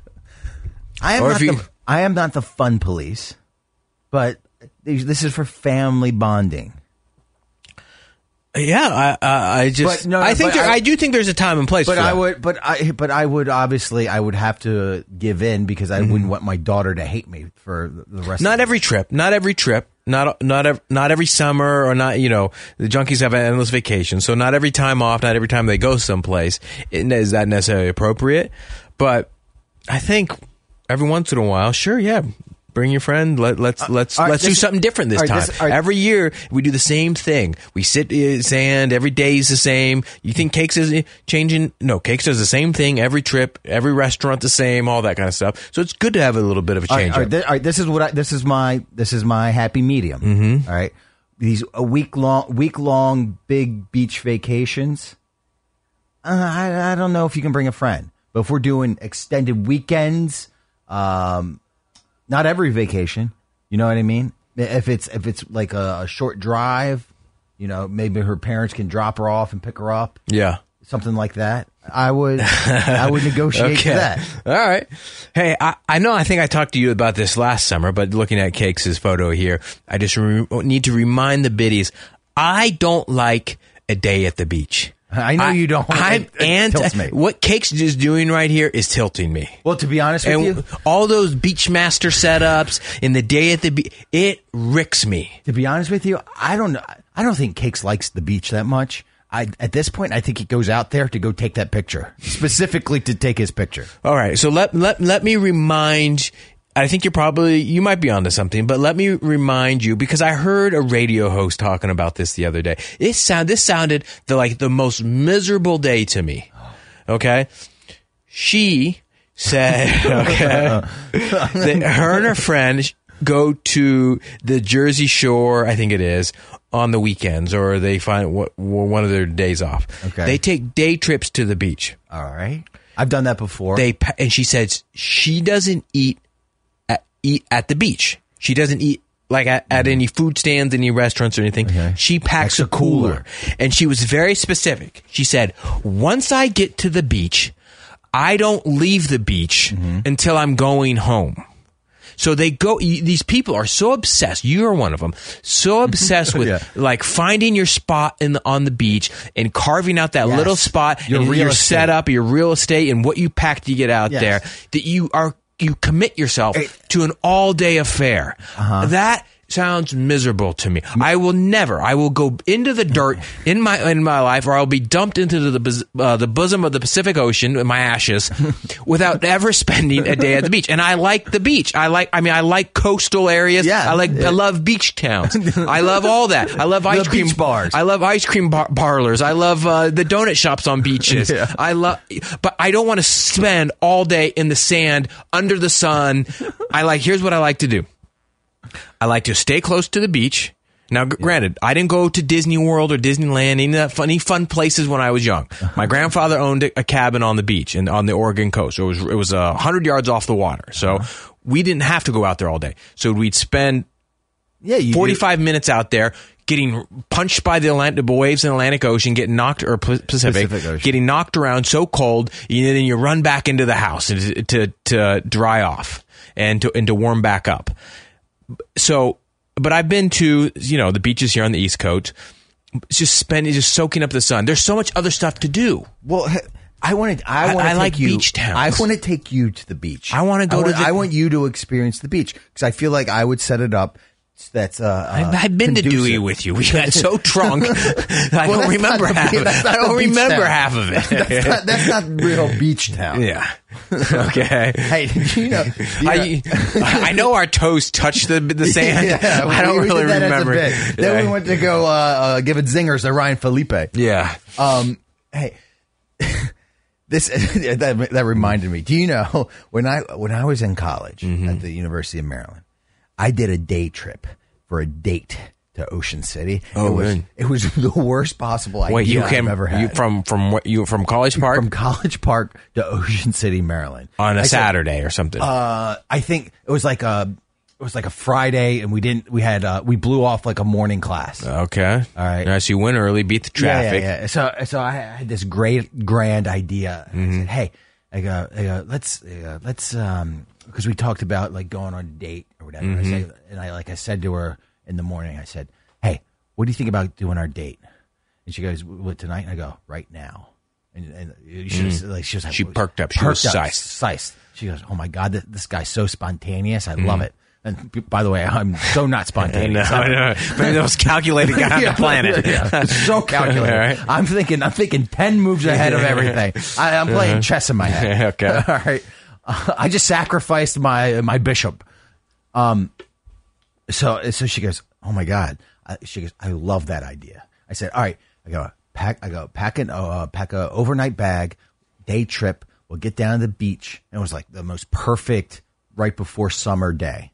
[SPEAKER 3] I am
[SPEAKER 2] Or
[SPEAKER 3] not
[SPEAKER 2] if you-
[SPEAKER 3] the I am not the fun police, but these- this is for family bonding.
[SPEAKER 2] Yeah, I, I, I just,
[SPEAKER 3] But no,
[SPEAKER 2] I think
[SPEAKER 3] but
[SPEAKER 2] there, I,
[SPEAKER 3] I-
[SPEAKER 2] do think there's a time and place.
[SPEAKER 3] But
[SPEAKER 2] for
[SPEAKER 3] I
[SPEAKER 2] that.
[SPEAKER 3] would, but I, but I would obviously, I would have to give in because I wouldn't want my daughter to hate me for the the rest.
[SPEAKER 2] Mm-hmm. not
[SPEAKER 3] of
[SPEAKER 2] every trip, not every trip, not not ev- not every summer, or not you know the junkies have endless vacations, so not every time off, not every time they go someplace it- is that necessarily appropriate. But I think every once in a while, sure, yeah. Bring your friend. Let, let's let's
[SPEAKER 3] Uh, all right,
[SPEAKER 2] let's do
[SPEAKER 3] this-
[SPEAKER 2] something different this
[SPEAKER 3] all right,
[SPEAKER 2] time.
[SPEAKER 3] this- all right.
[SPEAKER 2] Every year we do the same thing. We sit in sand. Every day is the same. You think cakes is changing? No, cakes does the same thing every trip, every restaurant the same, all that kind of stuff. So it's good to have a little bit of a
[SPEAKER 3] All
[SPEAKER 2] change.
[SPEAKER 3] right, all right, thi- all right, this is what I, this is my this is my happy medium. Mm-hmm. right, these a week long week long big beach vacations. Uh, I I don't know if you can bring a friend, but if we're doing extended weekends, um, not every vacation. You know what I mean? If it's if it's like a, a short drive, you know, maybe her parents can drop her off and pick her up,
[SPEAKER 2] yeah.
[SPEAKER 3] something like that. I would I would negotiate
[SPEAKER 2] Okay.
[SPEAKER 3] that.
[SPEAKER 2] All right. Hey, I, I know I think I talked to you about this last summer, but looking at Cakes' photo here, I just re- need to remind the biddies I don't like a day at the beach.
[SPEAKER 3] I know you don't.
[SPEAKER 2] I'm
[SPEAKER 3] It- it
[SPEAKER 2] anti-
[SPEAKER 3] tilts me.
[SPEAKER 2] What Cakes is doing right here is tilting me.
[SPEAKER 3] Well, to be honest with
[SPEAKER 2] And
[SPEAKER 3] you,
[SPEAKER 2] all those Beachmaster setups and the day at the beach, it ricks me.
[SPEAKER 3] To be honest with you, I don't. I don't think Cakes likes the beach that much. I at this point, I think he goes out there to go take that picture specifically to take his picture.
[SPEAKER 2] All right, so let let let me remind. I think you're probably you might be onto something, but let me remind you because I heard a radio host talking about this the other day. It sound this sounded the, like the most miserable day to me. Okay, she said okay that her and her friend go to the Jersey Shore, I think it is, on the weekends or they find what, one of their days off.
[SPEAKER 3] Okay.
[SPEAKER 2] they take day trips to the beach
[SPEAKER 3] All right, I've done that before.
[SPEAKER 2] they pa- and she says she doesn't eat at, eat at the beach. She doesn't eat like at, at any food stands, any restaurants or anything. She packs a cooler. And she was very specific. She said, "Once I get to the beach, I don't leave the beach
[SPEAKER 3] Mm-hmm.
[SPEAKER 2] until I'm going home." So they go. y- These people are so obsessed. You are one of them. So obsessed with
[SPEAKER 3] Yeah.
[SPEAKER 2] like finding your spot in the, on the beach and carving out that
[SPEAKER 3] Yes.
[SPEAKER 2] little spot,
[SPEAKER 3] Your
[SPEAKER 2] and
[SPEAKER 3] real
[SPEAKER 2] your
[SPEAKER 3] estate.
[SPEAKER 2] setup, your real estate, and what you pack to get out
[SPEAKER 3] Yes.
[SPEAKER 2] there. That you are you commit yourself to an all day affair.
[SPEAKER 3] Uh-huh.
[SPEAKER 2] That sounds miserable to me. I will never. I will go into the dirt in my in my life, or I'll be dumped into the bos- uh, the bosom of the Pacific Ocean in my ashes, without ever spending a day at the beach. And I like the beach. I like. I mean, I like coastal areas.
[SPEAKER 3] Yeah.
[SPEAKER 2] I like. I love beach towns. I love all that. I love ice cream
[SPEAKER 3] beach bars.
[SPEAKER 2] I love ice cream bar- parlors. I love uh, the donut shops on beaches. I love, but I don't want to spend all day in the sand under the sun. I like. Here's what I like to do. I like to stay close to the beach. Now, gr- granted, I didn't go to Disney World or Disneyland, any of that funny fun places when I was young.
[SPEAKER 3] Uh-huh.
[SPEAKER 2] My grandfather owned a a cabin on the beach and on the Oregon coast. It was it was uh, a hundred yards off the water, so
[SPEAKER 3] Uh-huh.
[SPEAKER 2] we didn't have to go out there all day. So we'd spend
[SPEAKER 3] yeah, you do.
[SPEAKER 2] 45 minutes out there getting punched by the Atlantic the waves in the Atlantic Ocean, getting knocked or P- Pacific,
[SPEAKER 3] Pacific Ocean.
[SPEAKER 2] getting knocked around so cold, you then you run back into the house to to, to dry off. and to and to warm back up. So, but I've been to you know the beaches here on the East Coast. It's just spending, just soaking up the sun. There's so much other stuff to do.
[SPEAKER 3] Well, he- I want to. I
[SPEAKER 2] I-
[SPEAKER 3] want.
[SPEAKER 2] I like
[SPEAKER 3] you,
[SPEAKER 2] beach towns.
[SPEAKER 3] I want to take you to the beach.
[SPEAKER 2] I wanna go
[SPEAKER 3] I
[SPEAKER 2] to
[SPEAKER 3] want,
[SPEAKER 2] the-
[SPEAKER 3] I want you to experience the beach because I feel like I would set it up. so That's. Uh, uh,
[SPEAKER 2] I've, I've been
[SPEAKER 3] conducive.
[SPEAKER 2] to Dewey with you. We got so drunk. I
[SPEAKER 3] Well, that's
[SPEAKER 2] don't remember
[SPEAKER 3] not the
[SPEAKER 2] half.
[SPEAKER 3] beach-
[SPEAKER 2] Of,
[SPEAKER 3] that's not
[SPEAKER 2] I
[SPEAKER 3] the
[SPEAKER 2] don't
[SPEAKER 3] beach
[SPEAKER 2] remember
[SPEAKER 3] town.
[SPEAKER 2] half of it.
[SPEAKER 3] That's not, that's not real beach town.
[SPEAKER 2] yeah. Okay.
[SPEAKER 3] Hey, you know, you know-
[SPEAKER 2] I, I know our toes touch the the sand.
[SPEAKER 3] Yeah,
[SPEAKER 2] I don't
[SPEAKER 3] we- we
[SPEAKER 2] really
[SPEAKER 3] did that as a
[SPEAKER 2] remember.
[SPEAKER 3] bit. Then
[SPEAKER 2] yeah.
[SPEAKER 3] we went to go uh, uh, give it zingers to Ryan Felipe.
[SPEAKER 2] yeah.
[SPEAKER 3] Um, hey, this that that reminded me. Do you know when I when I was in college
[SPEAKER 2] Mm-hmm.
[SPEAKER 3] at the University of Maryland, I did a day trip for a date to Ocean City.
[SPEAKER 2] Oh,
[SPEAKER 3] it was
[SPEAKER 2] really?
[SPEAKER 3] it was the worst possible idea
[SPEAKER 2] Wait, you came
[SPEAKER 3] I've ever had.
[SPEAKER 2] you from from what you from College Park
[SPEAKER 3] from College Park to Ocean City, Maryland,
[SPEAKER 2] on a
[SPEAKER 3] I said-
[SPEAKER 2] Saturday or something.
[SPEAKER 3] uh, I think it was like a it was like a Friday, and we didn't we had uh, we blew off like a morning class.
[SPEAKER 2] okay.
[SPEAKER 3] all right.
[SPEAKER 2] Nice. You went early, beat the
[SPEAKER 3] Yeah,
[SPEAKER 2] traffic.
[SPEAKER 3] Yeah, yeah, So, so I had this great grand idea. I
[SPEAKER 2] Mm-hmm.
[SPEAKER 3] said, hey, I go, I go let's, uh, let's, um, because we talked about like going on a date or whatever. I said,
[SPEAKER 2] Mm-hmm.
[SPEAKER 3] and I, like, I said to her in the morning, I said, hey, what do you think about doing our date? And she goes, what tonight? And I go, right now. And, and you should have like, she was like,
[SPEAKER 2] Mm-hmm. She perked up. She was
[SPEAKER 3] perked up,
[SPEAKER 2] siced.
[SPEAKER 3] sliced. She goes, "Oh my god, this, this guy's so spontaneous. I love it." And b- by the way, I'm so not
[SPEAKER 2] Mm-hmm. I know,
[SPEAKER 3] spontaneous.
[SPEAKER 2] uh, I know. Maybe the most calculated guy on the planet.
[SPEAKER 3] Yeah, so calculated.
[SPEAKER 2] All right.
[SPEAKER 3] I'm thinking. I'm thinking ten moves ahead of everything. I, I'm playing chess in my head.
[SPEAKER 2] Uh-huh. Okay.
[SPEAKER 3] All right. Uh, I just sacrificed my my bishop. Um. So so she goes. Oh my god. I, she goes. I love that idea. I said. All right. I go pack. I go pack an uh, pack a overnight bag, day trip. We'll get down to the beach. And it was like the most perfect right before summer day.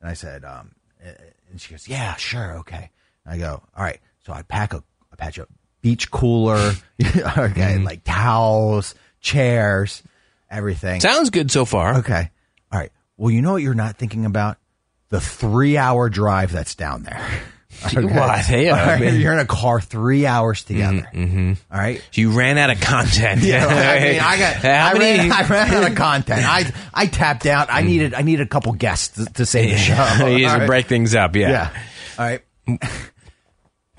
[SPEAKER 3] And I said, um, eh, and she goes, yeah, sure, okay. And I go, all right. So I pack a, I pack a beach cooler, okay,
[SPEAKER 2] Mm-hmm.
[SPEAKER 3] like towels, chairs, everything.
[SPEAKER 2] Sounds good so far.
[SPEAKER 3] okay. All right. Well, you know what you're not thinking about? The three hour drive that's down there.
[SPEAKER 2] What? Yeah,
[SPEAKER 3] All right,
[SPEAKER 2] I mean-
[SPEAKER 3] You're in a car three hours
[SPEAKER 2] Mm-hmm,
[SPEAKER 3] together. All right.
[SPEAKER 2] You ran out of content.
[SPEAKER 3] Yeah, I mean, I got.
[SPEAKER 2] How
[SPEAKER 3] I,
[SPEAKER 2] many? Mm.
[SPEAKER 3] ran, I ran out of content. I I tapped out. I needed. I needed a couple guests to, to save the show.
[SPEAKER 2] you
[SPEAKER 3] All
[SPEAKER 2] just
[SPEAKER 3] right.
[SPEAKER 2] break things up. Yeah.
[SPEAKER 3] Yeah. All right.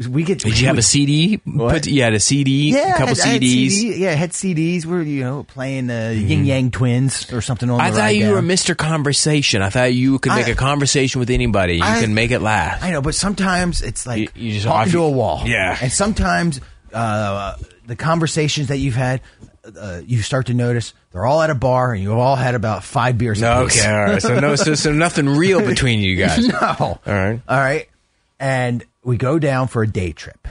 [SPEAKER 3] we get.
[SPEAKER 2] Did you have a CD? Put, you had a CD,
[SPEAKER 3] Yeah,
[SPEAKER 2] a couple
[SPEAKER 3] I had, I had
[SPEAKER 2] CDs.
[SPEAKER 3] CD, yeah, I had CDs. We were you know playing uh, Yin Yang Twins or something on
[SPEAKER 2] Mm-hmm. I
[SPEAKER 3] the
[SPEAKER 2] thought
[SPEAKER 3] ride
[SPEAKER 2] you were
[SPEAKER 3] down.
[SPEAKER 2] Mr. Conversation. I thought you could make
[SPEAKER 3] I-
[SPEAKER 2] a conversation with anybody. You
[SPEAKER 3] I-
[SPEAKER 2] can make it laugh.
[SPEAKER 3] I know, but sometimes it's like
[SPEAKER 2] You- you just
[SPEAKER 3] talking
[SPEAKER 2] off-
[SPEAKER 3] to a wall.
[SPEAKER 2] Yeah.
[SPEAKER 3] and sometimes uh, the conversations that you've had, uh, you start to notice they're all at a bar and you've all had about five beers. apiece.
[SPEAKER 2] okay, all right. So no, so, so nothing real between you guys.
[SPEAKER 3] No. All
[SPEAKER 2] right.
[SPEAKER 3] All right. And we go down for a day trip.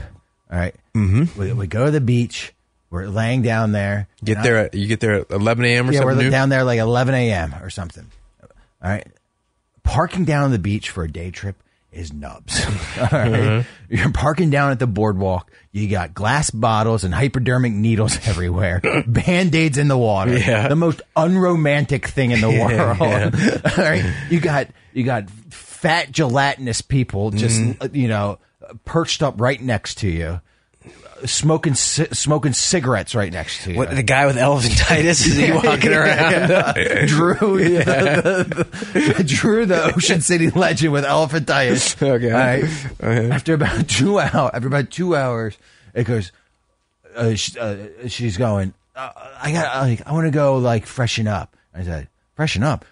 [SPEAKER 3] All Mm-hmm. We, we go to the beach. We're laying down there.
[SPEAKER 2] Get
[SPEAKER 3] And
[SPEAKER 2] there. At, you get there at 11 a.m. or
[SPEAKER 3] I, yeah, we're
[SPEAKER 2] something. new?
[SPEAKER 3] down there like 11 a.m. or something. All right. Parking down on the beach for a day trip is nubs. All right?
[SPEAKER 2] Mm-hmm.
[SPEAKER 3] You're parking down at the boardwalk. You got glass bottles and hypodermic needles everywhere. Band aids in the water.
[SPEAKER 2] Yeah.
[SPEAKER 3] The most unromantic thing in the world. All right. You got you got fat gelatinous people just
[SPEAKER 2] Mm-hmm.
[SPEAKER 3] uh, you know perched up right next to you. Smoking ci- smoking cigarettes right next to you.
[SPEAKER 2] What, the guy with elephantitis is he walking around?
[SPEAKER 3] Drew, the, the, the, Drew, the Ocean City legend with elephantitis.
[SPEAKER 2] Okay.
[SPEAKER 3] All right. After about two hours, after about two hours, it goes. Uh, she, uh, she's going. Uh, I got. Like, I want to go. Like freshen up. I said, freshen up.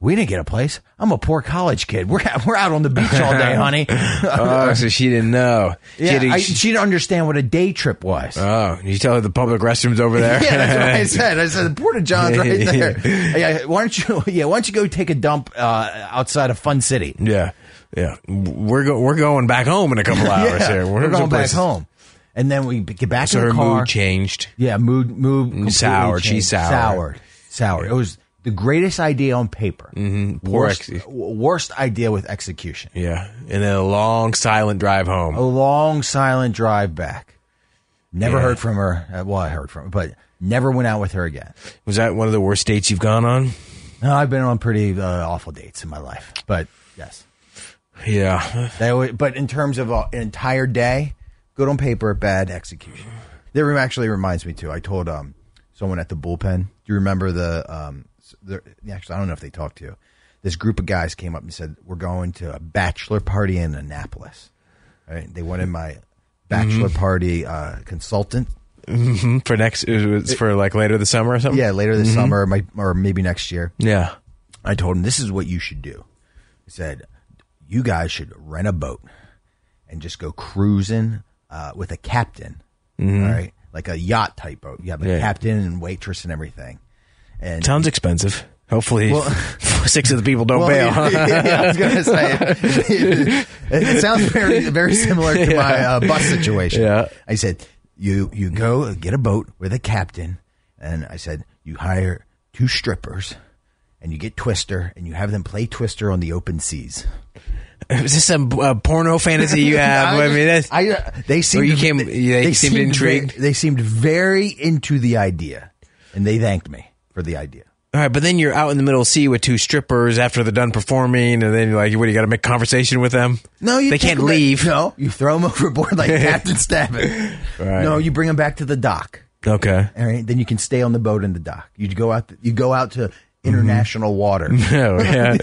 [SPEAKER 3] We didn't get a place. I'm a poor college kid. We're out, we're out on the beach all day, honey.
[SPEAKER 2] oh, so she didn't know. She
[SPEAKER 3] yeah,
[SPEAKER 2] had to-
[SPEAKER 3] I, she didn't understand what a day trip was.
[SPEAKER 2] oh, you tell her the public restroom's over there.
[SPEAKER 3] Yeah, that's what I said. I said the Porta John's right there. Yeah, why don't you? Yeah, why don't you go take a dump uh, outside of Fun City?
[SPEAKER 2] yeah, yeah. We're go, we're going back home in a couple hours
[SPEAKER 3] Yeah,
[SPEAKER 2] here.
[SPEAKER 3] we're, going back
[SPEAKER 2] someplace-
[SPEAKER 3] home, and then we b- get back
[SPEAKER 2] So
[SPEAKER 3] in
[SPEAKER 2] her
[SPEAKER 3] the car.
[SPEAKER 2] mood changed. Mm,
[SPEAKER 3] yeah, mood mood completely
[SPEAKER 2] soured. She's
[SPEAKER 3] changed.
[SPEAKER 2] soured.
[SPEAKER 3] soured, soured. It was the greatest idea on paper.
[SPEAKER 2] Mm-hmm. Poor
[SPEAKER 3] Worst,
[SPEAKER 2] ex-
[SPEAKER 3] w- worst idea with execution.
[SPEAKER 2] Yeah, and then a long silent drive home.
[SPEAKER 3] A long silent drive back. Never
[SPEAKER 2] Yeah.
[SPEAKER 3] heard from her. Uh, Well, I heard from her, but never went out with her again.
[SPEAKER 2] Was that one of the worst dates you've gone on?
[SPEAKER 3] No, I've been on pretty uh, awful dates in my life, but yes.
[SPEAKER 2] Yeah.
[SPEAKER 3] They were, but in terms of a, an entire day, good on paper, bad execution. That rem- actually reminds me too. I told um someone at the bullpen. Do you remember the um? s- the- actually, I don't know if they talked to you. this group of guys came up and said, "We're going to a bachelor party in Annapolis." Right? They wanted my bachelor party uh, consultant.
[SPEAKER 2] Mm, for next it was for like later this summer or something.
[SPEAKER 3] Yeah, later this summer, my, or maybe next year.
[SPEAKER 2] yeah.
[SPEAKER 3] I told him this is what you should do. He said, "You guys should rent a boat and just go cruising uh, with a captain, all right? Like a yacht type boat. You have a
[SPEAKER 2] Yeah.
[SPEAKER 3] captain and waitress and everything." And
[SPEAKER 2] Sounds expensive. Hopefully,
[SPEAKER 3] Well-
[SPEAKER 2] six of the people don't bail.
[SPEAKER 3] well,
[SPEAKER 2] huh?
[SPEAKER 3] yeah, yeah, I was gonna say it, sounds very very similar to my uh, bus situation.
[SPEAKER 2] Yeah.
[SPEAKER 3] I said you you go get a boat with a captain, and I said you hire two strippers, and you get Twister, and you have them play Twister on the open seas.
[SPEAKER 2] Is this some uh, porno fantasy you have? Uh, I,
[SPEAKER 3] just-
[SPEAKER 2] mean, that's,
[SPEAKER 3] I, uh, they seemed
[SPEAKER 2] Or you came- they seemed intrigued?
[SPEAKER 3] ve- they seemed very into the idea, and they thanked me for the idea.
[SPEAKER 2] all right. But then you're out in the middle of the sea with two strippers after they're done performing, and then you're like, what? You got to make conversation with them.
[SPEAKER 3] No, you
[SPEAKER 2] they
[SPEAKER 3] take
[SPEAKER 2] can't
[SPEAKER 3] 'em back-
[SPEAKER 2] leave.
[SPEAKER 3] No, you throw them overboard like Captain Stabbing.
[SPEAKER 2] Right.
[SPEAKER 3] No, you bring them back to the dock.
[SPEAKER 2] Okay.
[SPEAKER 3] All right, then you can stay on the boat in the dock. You go out. You go out to
[SPEAKER 2] Mm-hmm.
[SPEAKER 3] international water.
[SPEAKER 2] No, Oh, yeah.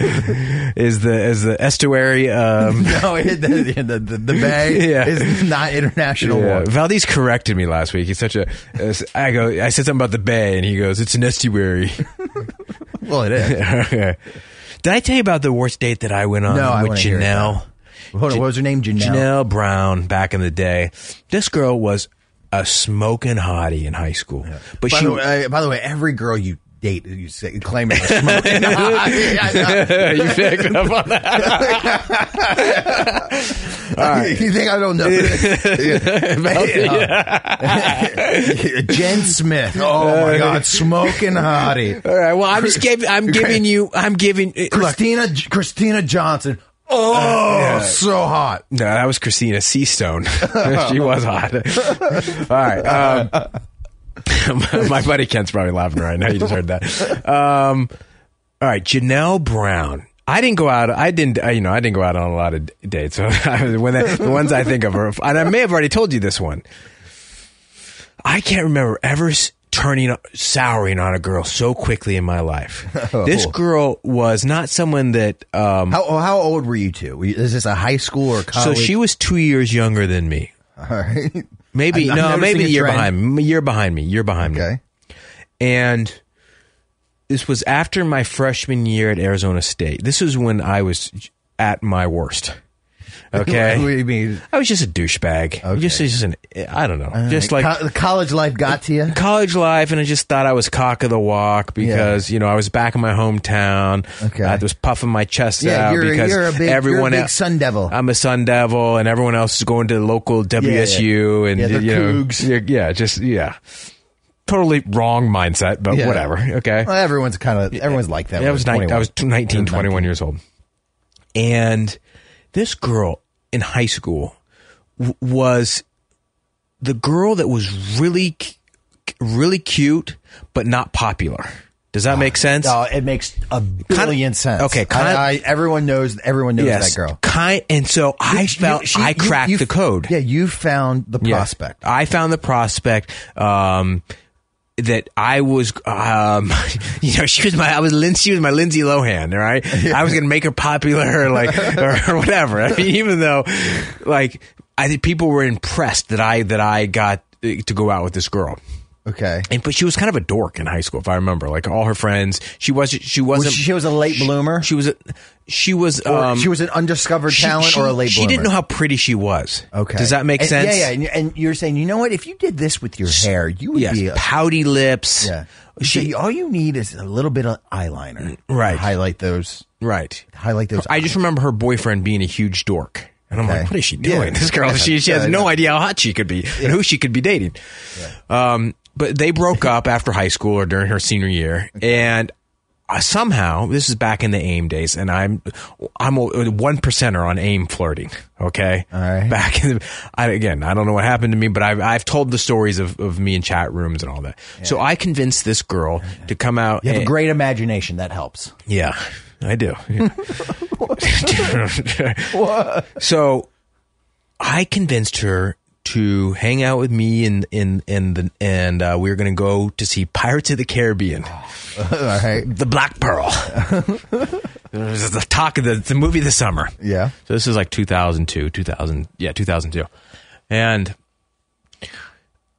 [SPEAKER 2] is the is the estuary? Um,
[SPEAKER 3] no, it- the, the, the, the bay
[SPEAKER 2] Yeah.
[SPEAKER 3] is not international
[SPEAKER 2] yeah.
[SPEAKER 3] water.
[SPEAKER 2] Valdez corrected me last week. He's such a. uh, I go. I said something about the bay, and he goes, "It's an estuary."
[SPEAKER 3] Well, it is.
[SPEAKER 2] Okay. Did I tell you about the worst date that I went on
[SPEAKER 3] No, I
[SPEAKER 2] with
[SPEAKER 3] wanna hear it
[SPEAKER 2] Janelle?
[SPEAKER 3] Hold on, what was her name? Janelle.
[SPEAKER 2] Janelle Brown back in the day. This girl was a smoking hottie in high school. But
[SPEAKER 3] By,
[SPEAKER 2] she
[SPEAKER 3] the way, by the way, every girl you date, you say, claim it. you
[SPEAKER 2] you picked up on that.
[SPEAKER 3] think I don't know? Yeah. Jen Smith. Oh my God, smoking hottie.
[SPEAKER 2] All right. Well, I'm just giving. I'm giving you. I'm giving. Look.
[SPEAKER 3] Christina Christina Johnson. Oh, so hot.
[SPEAKER 2] No, that was Christina Seastone. she was hot. All right. Um, my buddy Kent's probably laughing right now. You just heard that. Um, all right, Janelle Brown. I didn't go out. I didn't. I, you know, I didn't go out on a lot of d- dates. So I, when I, the ones I think of are, and I may have already told you this one. I can't remember ever s- turning souring on a girl so quickly in my life. This girl was not someone that um,
[SPEAKER 3] How oh, how old were you two? Were you- Is this a high school or
[SPEAKER 2] so
[SPEAKER 3] college?
[SPEAKER 2] she was two years younger than me.
[SPEAKER 3] All right.
[SPEAKER 2] Maybe
[SPEAKER 3] I'm- I'm
[SPEAKER 2] no,
[SPEAKER 3] noticing
[SPEAKER 2] maybe a
[SPEAKER 3] a
[SPEAKER 2] year
[SPEAKER 3] trend.
[SPEAKER 2] behind me. Year behind me. Year behind me.
[SPEAKER 3] Okay.
[SPEAKER 2] And this was after my freshman year at Arizona State. This was when I was at my worst.
[SPEAKER 3] What do
[SPEAKER 2] Okay.
[SPEAKER 3] you mean?
[SPEAKER 2] I was just a douchebag. Just, just an, I don't know. Just like
[SPEAKER 3] Uh, Co- the college life got to you.
[SPEAKER 2] college life and I just thought I was cock of the walk because you know I was back in my hometown.
[SPEAKER 3] Okay.
[SPEAKER 2] I was puffing my chest
[SPEAKER 3] Yeah,
[SPEAKER 2] out
[SPEAKER 3] you're a-
[SPEAKER 2] because
[SPEAKER 3] you're a big- you're a
[SPEAKER 2] everyone
[SPEAKER 3] big
[SPEAKER 2] else-
[SPEAKER 3] Sun Devil.
[SPEAKER 2] I'm a Sun Devil, and everyone else is going to the local WSU and
[SPEAKER 3] Yeah, they're
[SPEAKER 2] you know,
[SPEAKER 3] Cougs.
[SPEAKER 2] yeah, yeah, just yeah, totally wrong mindset, but
[SPEAKER 3] Yeah.
[SPEAKER 2] whatever. Okay,
[SPEAKER 3] Well, everyone's kind of everyone's like that.
[SPEAKER 2] yeah, I was, nine, I was 19, 21
[SPEAKER 3] I was 19.
[SPEAKER 2] years old. And this girl in high school w- was the girl that was really, c- c- really cute, but not popular. Does
[SPEAKER 3] Ah.
[SPEAKER 2] that make sense?
[SPEAKER 3] No, Oh, it makes a billion sense.
[SPEAKER 2] okay, kinda-
[SPEAKER 3] I, I, everyone knows. Everyone knows that girl.
[SPEAKER 2] Kind, and so I felt
[SPEAKER 3] She-
[SPEAKER 2] I
[SPEAKER 3] you-
[SPEAKER 2] cracked
[SPEAKER 3] you-
[SPEAKER 2] the code.
[SPEAKER 3] Yeah, you found the
[SPEAKER 2] Yeah.
[SPEAKER 3] prospect.
[SPEAKER 2] I found the prospect. Um, that I was, um, you know, she was my, I was Lindsay, she was my Lindsay Lohan, all right? I was going to make her popular or like, or, whatever. I mean, even though, like, I think people were impressed that I, that I got uh, to go out with this girl.
[SPEAKER 3] Okay.
[SPEAKER 2] And, but she was kind of a dork in high school, if I remember. Like, all her friends, she wasn't, she wasn't,
[SPEAKER 3] Was she, she was a late bloomer.
[SPEAKER 2] she was, a, she was,
[SPEAKER 3] Or
[SPEAKER 2] um,
[SPEAKER 3] she was an undiscovered
[SPEAKER 2] she-
[SPEAKER 3] talent
[SPEAKER 2] she-
[SPEAKER 3] or a late
[SPEAKER 2] She
[SPEAKER 3] bloomer.
[SPEAKER 2] didn't know how pretty she was.
[SPEAKER 3] Okay.
[SPEAKER 2] Does that make
[SPEAKER 3] And-
[SPEAKER 2] sense?
[SPEAKER 3] Yeah, yeah. And, and you're saying, you know what? If you did this with your hair, you would
[SPEAKER 2] Yes.
[SPEAKER 3] be a,
[SPEAKER 2] pouty lips.
[SPEAKER 3] yeah.
[SPEAKER 2] She,
[SPEAKER 3] She, all you need is a little bit of eyeliner.
[SPEAKER 2] Right.
[SPEAKER 3] Highlight those.
[SPEAKER 2] Right.
[SPEAKER 3] Highlight those.
[SPEAKER 2] I just remember her boyfriend being a huge dork. And I'm
[SPEAKER 3] Okay.
[SPEAKER 2] like, what is she
[SPEAKER 3] Yeah.
[SPEAKER 2] doing? This girl, she, she
[SPEAKER 3] Yeah,
[SPEAKER 2] has
[SPEAKER 3] I
[SPEAKER 2] no
[SPEAKER 3] know.
[SPEAKER 2] idea how hot she could be and who she could be dating. Um, but they broke up after high school or during her senior year. And uh, somehow, this is back in the AIM days, and I'm I'm a one percenter on AIM flirting. Okay, all
[SPEAKER 3] right.
[SPEAKER 2] Back in the, I, again, I don't know what happened to me, but I've I've told the stories of, of me in chat rooms and all that. So I convinced this girl to come out.
[SPEAKER 3] you have a
[SPEAKER 2] and-
[SPEAKER 3] great imagination. That helps.
[SPEAKER 2] yeah, I do. so I convinced her to hang out with me and in in the and uh, we were going to go to see Pirates of the Caribbean,
[SPEAKER 3] all right.
[SPEAKER 2] The Black Pearl. This is the talk of the, the movie this summer.
[SPEAKER 3] Yeah.
[SPEAKER 2] So this is like 2002, 2000, yeah, 2002. And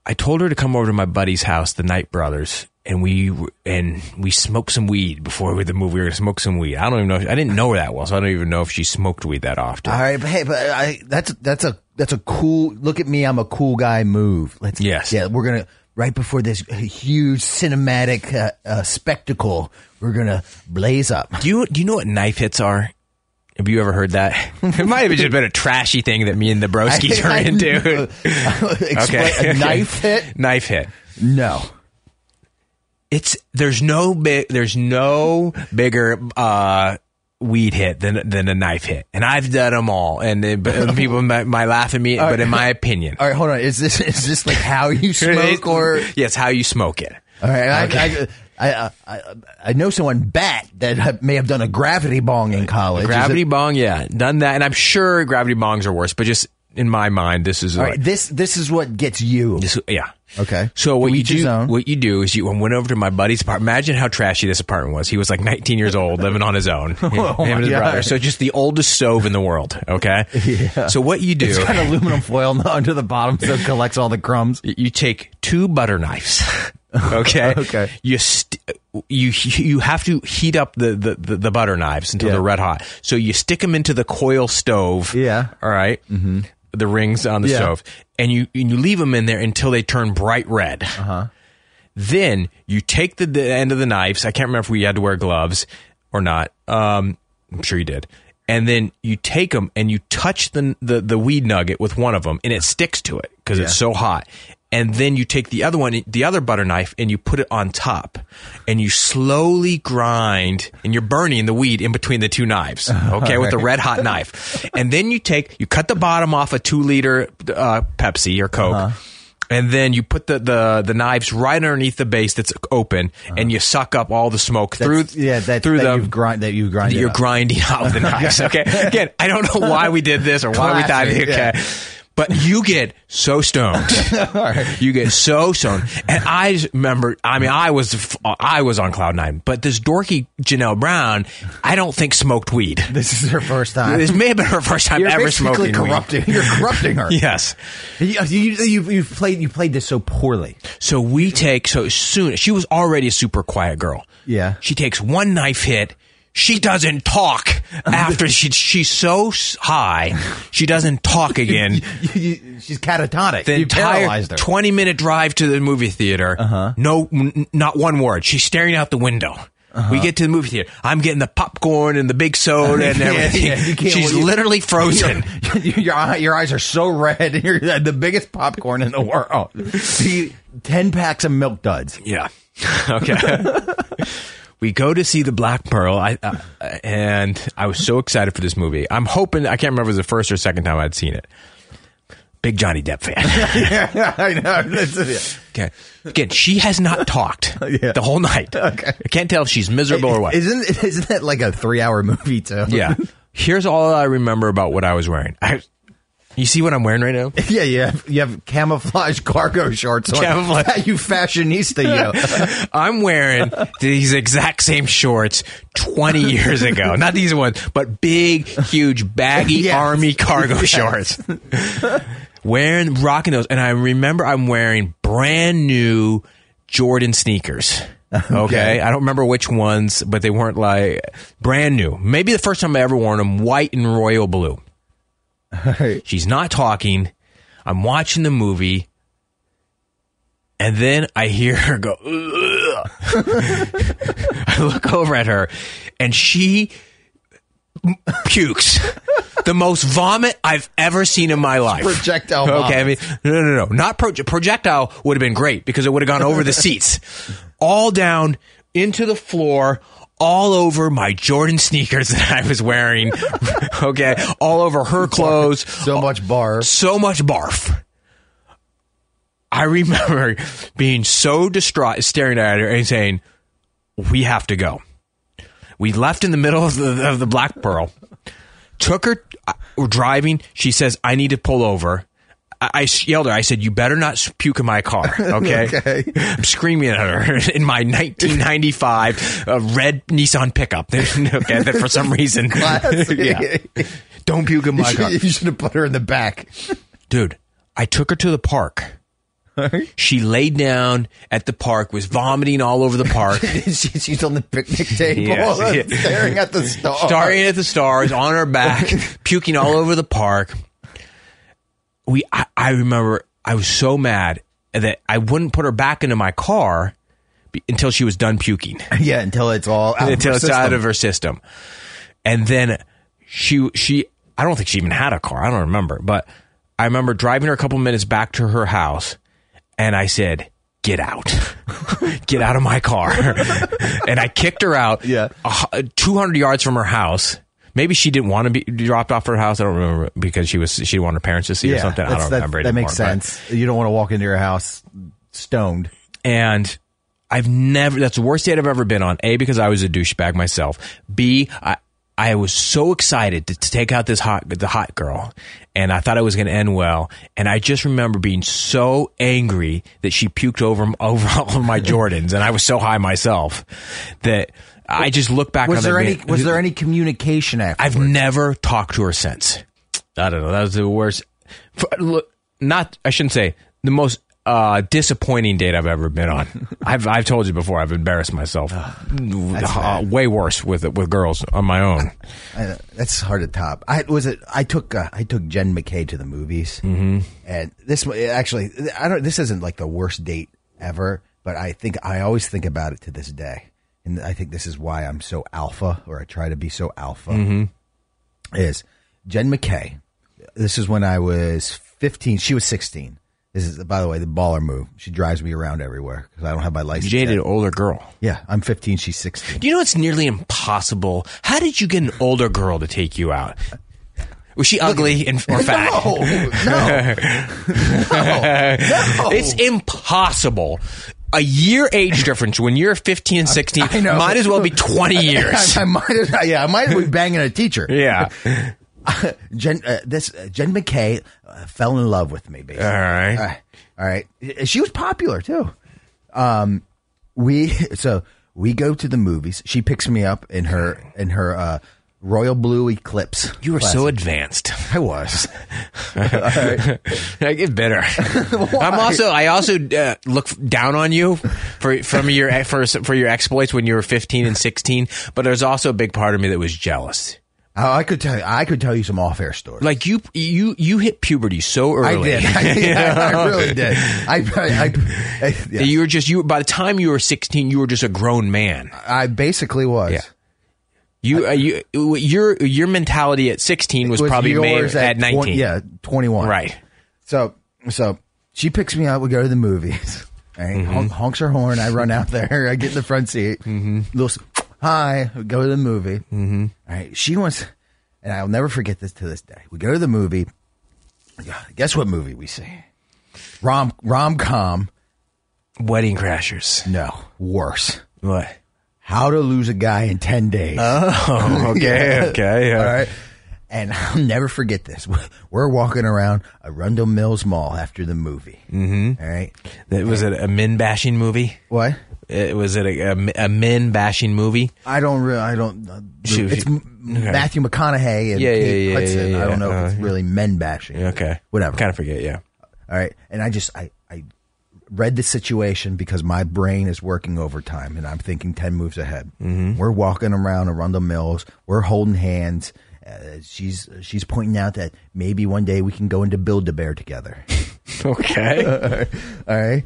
[SPEAKER 2] I told her to come over to my buddy's house, the Knight Brothers, and we were- and we smoked some weed before we- the movie. We were gonna smoke some weed. I don't even know. If, I didn't know her that well, so I don't even know if she smoked weed that often.
[SPEAKER 3] All right, but hey, but I, that's that's a that's a cool look at me. I'm a cool guy. Move. Let's
[SPEAKER 2] Yes.
[SPEAKER 3] yeah. We're gonna right before this huge cinematic uh, uh, spectacle. We're gonna blaze up.
[SPEAKER 2] Do you do you know what knife hits are? Have you ever heard that? it might have just been a trashy thing that me and the broskies are into.
[SPEAKER 3] Explain- A knife hit?
[SPEAKER 2] Knife hit.
[SPEAKER 3] No.
[SPEAKER 2] It's there's no big there's no bigger uh, weed hit than than a knife hit, and I've done them all. And, they- but people might, might laugh at me, but in my opinion,
[SPEAKER 3] All right, hold on. Is this is this like how you smoke or? All
[SPEAKER 2] yes, how you smoke it.
[SPEAKER 3] right, I, I, I, uh, I I know someone bat that may have done a gravity bong in college. Is
[SPEAKER 2] Gravity
[SPEAKER 3] it-
[SPEAKER 2] bong, yeah, done that, and I'm sure gravity bongs are worse, but just in my mind, this is
[SPEAKER 3] All
[SPEAKER 2] like,
[SPEAKER 3] right, this this is what gets you.
[SPEAKER 2] this, yeah.
[SPEAKER 3] Okay.
[SPEAKER 2] So what
[SPEAKER 3] To
[SPEAKER 2] you
[SPEAKER 3] each his
[SPEAKER 2] do,
[SPEAKER 3] own.
[SPEAKER 2] what you do is you I went over to my buddy's apartment. Imagine how trashy this apartment was. He was like 19 years old, living on his own, him
[SPEAKER 3] Oh my
[SPEAKER 2] and his
[SPEAKER 3] God.
[SPEAKER 2] brother. So just the oldest stove in the world. Okay. So what you do?
[SPEAKER 3] It's got aluminum foil under the bottom, so it collects all the crumbs.
[SPEAKER 2] you take two butter knives. okay.
[SPEAKER 3] Okay.
[SPEAKER 2] You st- you you have to heat up the the, the, the butter knives until
[SPEAKER 3] Yeah.
[SPEAKER 2] they're red hot. So you stick them into the coil stove.
[SPEAKER 3] Yeah.
[SPEAKER 2] All Mm-hmm. The rings on the
[SPEAKER 3] Yeah.
[SPEAKER 2] stove, and you and you leave them in there until they turn bright red. Uh-huh. Then you take the, the end of the knives. I can't remember if we had to wear gloves or not. Um, I'm sure you did. And then you take them and you touch the, the the weed nugget with one of them, and it sticks to it because it's so hot. And then you take the other one, the other butter knife, and you put it on top, and you slowly grind, and you're burning the weed in between the two knives, okay, with the red hot knife. And then you take, you cut the bottom off a two liter uh, Pepsi or Coke, and then you put the, the, the knives right underneath the base that's open, and you suck up all the smoke through
[SPEAKER 3] Uh-huh. That's- yeah, that,
[SPEAKER 2] through
[SPEAKER 3] that
[SPEAKER 2] the
[SPEAKER 3] you've grind that you've grinded.
[SPEAKER 2] you're
[SPEAKER 3] up.
[SPEAKER 2] grinding out with the knives. Okay, again, I don't know why we did this or why we thought
[SPEAKER 3] Classic,
[SPEAKER 2] okay. But you get so stoned, you get so stoned, and I just remember. I mean, I was f- I was on cloud nine, but this dorky Janelle Brown, I don't think smoked weed.
[SPEAKER 3] This is her first time.
[SPEAKER 2] This may have been her first time
[SPEAKER 3] you're
[SPEAKER 2] ever
[SPEAKER 3] basically
[SPEAKER 2] smoking
[SPEAKER 3] corrupting. You're corrupting her.
[SPEAKER 2] weed. Yes.
[SPEAKER 3] You, you, you, you played you played this so poorly.
[SPEAKER 2] So we take so soon. She was already a super quiet girl.
[SPEAKER 3] Yeah.
[SPEAKER 2] She takes one knife hit. She doesn't talk after she she's so s- high. She doesn't talk again.
[SPEAKER 3] You- you- she's catatonic.
[SPEAKER 2] The
[SPEAKER 3] you
[SPEAKER 2] entire
[SPEAKER 3] paralyzed her.
[SPEAKER 2] twenty minute drive to the movie theater. Uh-huh. No, n- not one word. She's staring out the window.
[SPEAKER 3] Uh-huh.
[SPEAKER 2] We get to the movie theater. I'm getting the popcorn and the big soda and
[SPEAKER 3] Yeah,
[SPEAKER 2] everything.
[SPEAKER 3] yeah, you can't-
[SPEAKER 2] She's
[SPEAKER 3] well, you-
[SPEAKER 2] literally frozen.
[SPEAKER 3] your, eye- your eyes are so red. and You're the biggest popcorn in the world. See, Ten packs of milk duds.
[SPEAKER 2] Yeah. Okay. we go to see the Black Pearl. I uh, and I was so excited for this movie. I'm hoping I can't remember if it was the first or second time I'd seen it. Big Johnny Depp fan.
[SPEAKER 3] yeah, I know. This is-
[SPEAKER 2] okay. Again, she has not talked
[SPEAKER 3] Yeah.
[SPEAKER 2] the whole night. Okay. I can't tell if she's miserable or what.
[SPEAKER 3] Isn't isn't that like a three hour movie too?
[SPEAKER 2] yeah. Here's all I remember about what I was wearing. I, you see what I'm wearing right now?
[SPEAKER 3] Yeah, you have, you have camouflage cargo shorts on.
[SPEAKER 2] Camouflage.
[SPEAKER 3] you fashionista, you.
[SPEAKER 2] I'm wearing these exact same shorts 20 years ago. Not these ones, but big, huge, baggy
[SPEAKER 3] Yes.
[SPEAKER 2] army cargo shorts. wearing, rocking those. And I remember I'm wearing brand new Jordan sneakers. Okay. I don't remember which ones, but they weren't like brand new. Maybe the first time I ever worn them, white and royal blue. She's not talking. I'm watching the movie. And then I hear her go, "Ugh." I look over at her and she pukes. the most vomit I've ever seen in my life.
[SPEAKER 3] Projectile
[SPEAKER 2] Okay, I mean, no, no, no. Not pro- projectile would have been great because it would have gone over the seats, all down into the floor, all over my Jordan sneakers that I was wearing. okay, all over her clothes,
[SPEAKER 3] So much bar.
[SPEAKER 2] so much barf. I remember being so distraught, staring at her and saying, "We have to go." We left in the middle of the, of the Black Pearl. Took her. uh, We're driving. She says, "I need to pull over." I, I yelled at her. I said, "You better not puke in my car." Okay,
[SPEAKER 3] Okay.
[SPEAKER 2] I'm screaming at her in my 1995 uh, red Nissan pickup. okay, that for some reason,
[SPEAKER 3] Classic.
[SPEAKER 2] yeah. Don't puke in my car,
[SPEAKER 3] You should have put her in the back.
[SPEAKER 2] dude. I took her to the park. She laid down at the park, was vomiting all over the park.
[SPEAKER 3] She- She's on the picnic table,
[SPEAKER 2] Yes, yeah.
[SPEAKER 3] staring at the stars.
[SPEAKER 2] staring at the stars on her back, puking all over the park. We, I, I remember, I was so mad that I wouldn't put her back into my car be- until she was done puking,
[SPEAKER 3] Yeah, until it's all out
[SPEAKER 2] until
[SPEAKER 3] of her
[SPEAKER 2] it's
[SPEAKER 3] system.
[SPEAKER 2] out of her system, and then she, she, I don't think she even had a car. I don't remember, but I remember driving her a couple minutes back to her house, and I said. Get out. Get out of my car. and I kicked her out
[SPEAKER 3] Yeah.
[SPEAKER 2] a hu- 200 yards from her house. Maybe she didn't want to be dropped off her house. I don't remember because she was she wanted her parents to see or something. I
[SPEAKER 3] that's-
[SPEAKER 2] don't
[SPEAKER 3] that,
[SPEAKER 2] remember.
[SPEAKER 3] That
[SPEAKER 2] anymore,
[SPEAKER 3] makes
[SPEAKER 2] but-
[SPEAKER 3] sense. You don't want to walk into your house stoned.
[SPEAKER 2] and I've never. That's the worst date I've ever been on. A because I was a douchebag myself. B I I was so excited to, to take out this hot the hot girl, and I thought it was going to end well. And I just remember being so angry that she puked over over all of my Jordans, and I was so high myself that I just look back.
[SPEAKER 3] Was
[SPEAKER 2] on
[SPEAKER 3] there
[SPEAKER 2] that
[SPEAKER 3] any?
[SPEAKER 2] being-
[SPEAKER 3] Was there any communication after?
[SPEAKER 2] I've never talked to her since. I don't know. That was the worst. f- look, not I shouldn't say the most uh, disappointing date I've ever been on. I've I've told you before. I've embarrassed myself uh, way worse with with girls on my own.
[SPEAKER 3] I, that's hard to top. I was it. I took uh, I took Jen McKay to the movies, mm-hmm. and this wa- actually I don't. This isn't like the worst date ever, but I think I always think about it to this day, and I think this is why I'm so alpha, or I try to be so alpha. Is Jen McKay? This is when I was 15. She was 16. This is by the way the baller move. She drives me around everywhere because I don't have my license.
[SPEAKER 2] Jaded
[SPEAKER 3] yet.
[SPEAKER 2] older girl.
[SPEAKER 3] Yeah, I'm 15. She's 16.
[SPEAKER 2] Do you know it's nearly impossible? How did you get an older girl to take you out? Was she ugly and or fat?
[SPEAKER 3] No, no, no, no.
[SPEAKER 2] It's impossible. A year age difference when you're 15 and 16
[SPEAKER 3] I know.
[SPEAKER 2] might as well be 20 years.
[SPEAKER 3] I, I might, as- yeah, I might be banging a teacher.
[SPEAKER 2] yeah.
[SPEAKER 3] Jen, uh, this uh, Jen McKay uh, fell in love with me. Basically,
[SPEAKER 2] All right.
[SPEAKER 3] Uh, all right. Uh, She was popular too. Um, we so we go to the movies. She picks me up in her in her uh, royal blue eclipse.
[SPEAKER 2] You were
[SPEAKER 3] class.
[SPEAKER 2] so advanced.
[SPEAKER 3] I was.
[SPEAKER 2] I get bitter. I'm also. I also uh, look down on you for from your e, for for your exploits when you were 15 and 16. But there's also a big part of me that was jealous.
[SPEAKER 3] Oh, I could tell you. I could tell you some off air stories.
[SPEAKER 2] Like you, you, you hit puberty so
[SPEAKER 3] I
[SPEAKER 2] early.
[SPEAKER 3] did. I, did. I, I really did. I, I, I, yeah.
[SPEAKER 2] You were just you. By the time you were 16, you were just a grown man.
[SPEAKER 3] I basically was.
[SPEAKER 2] Yeah. You, uh, you, your your mentality at 16 was, probably made
[SPEAKER 3] yours
[SPEAKER 2] at, 19.
[SPEAKER 3] 20 yeah, 21.
[SPEAKER 2] Right.
[SPEAKER 3] So, so she picks me up. We go to the movies. Right? Hon- honks her horn. I run out there. I get in the front seat. Mm-hmm. Little, s- hi. We go to the movie. Mm-hmm. All right. She wants, and I'll never forget this to this day. We go to the movie. Yeah, Guess what movie we see? Rom rom com.
[SPEAKER 2] Wedding crashers.
[SPEAKER 3] No, worse.
[SPEAKER 2] What?
[SPEAKER 3] How to lose a guy in ten days.
[SPEAKER 2] Oh, okay, okay. yeah.
[SPEAKER 3] All right. And I'll never forget this. We're walking around Arundel Mills Mall after the movie. Mm-hmm. right.
[SPEAKER 2] That- Was it a men bashing movie?
[SPEAKER 3] What?
[SPEAKER 2] It, was it a, a, a men bashing movie?
[SPEAKER 3] I don't really. I don't. Uh,
[SPEAKER 2] Shoot,
[SPEAKER 3] it's
[SPEAKER 2] you-
[SPEAKER 3] M- Matthew McConaughey and
[SPEAKER 2] Yeah, yeah,
[SPEAKER 3] Kate
[SPEAKER 2] yeah,
[SPEAKER 3] Hudson.
[SPEAKER 2] yeah, yeah.
[SPEAKER 3] I don't know if
[SPEAKER 2] Uh,
[SPEAKER 3] it's really men bashing.
[SPEAKER 2] Okay.
[SPEAKER 3] Whatever.
[SPEAKER 2] Kind of forget, yeah.
[SPEAKER 3] All right. And I just I I read the situation because my brain is working overtime and I'm thinking ten moves ahead. Mm-hmm. We're walking around Arundel Mills. We're holding hands. Uh, she's she's pointing out that maybe one day we can go into Build a Bear together.
[SPEAKER 2] Okay.
[SPEAKER 3] All right.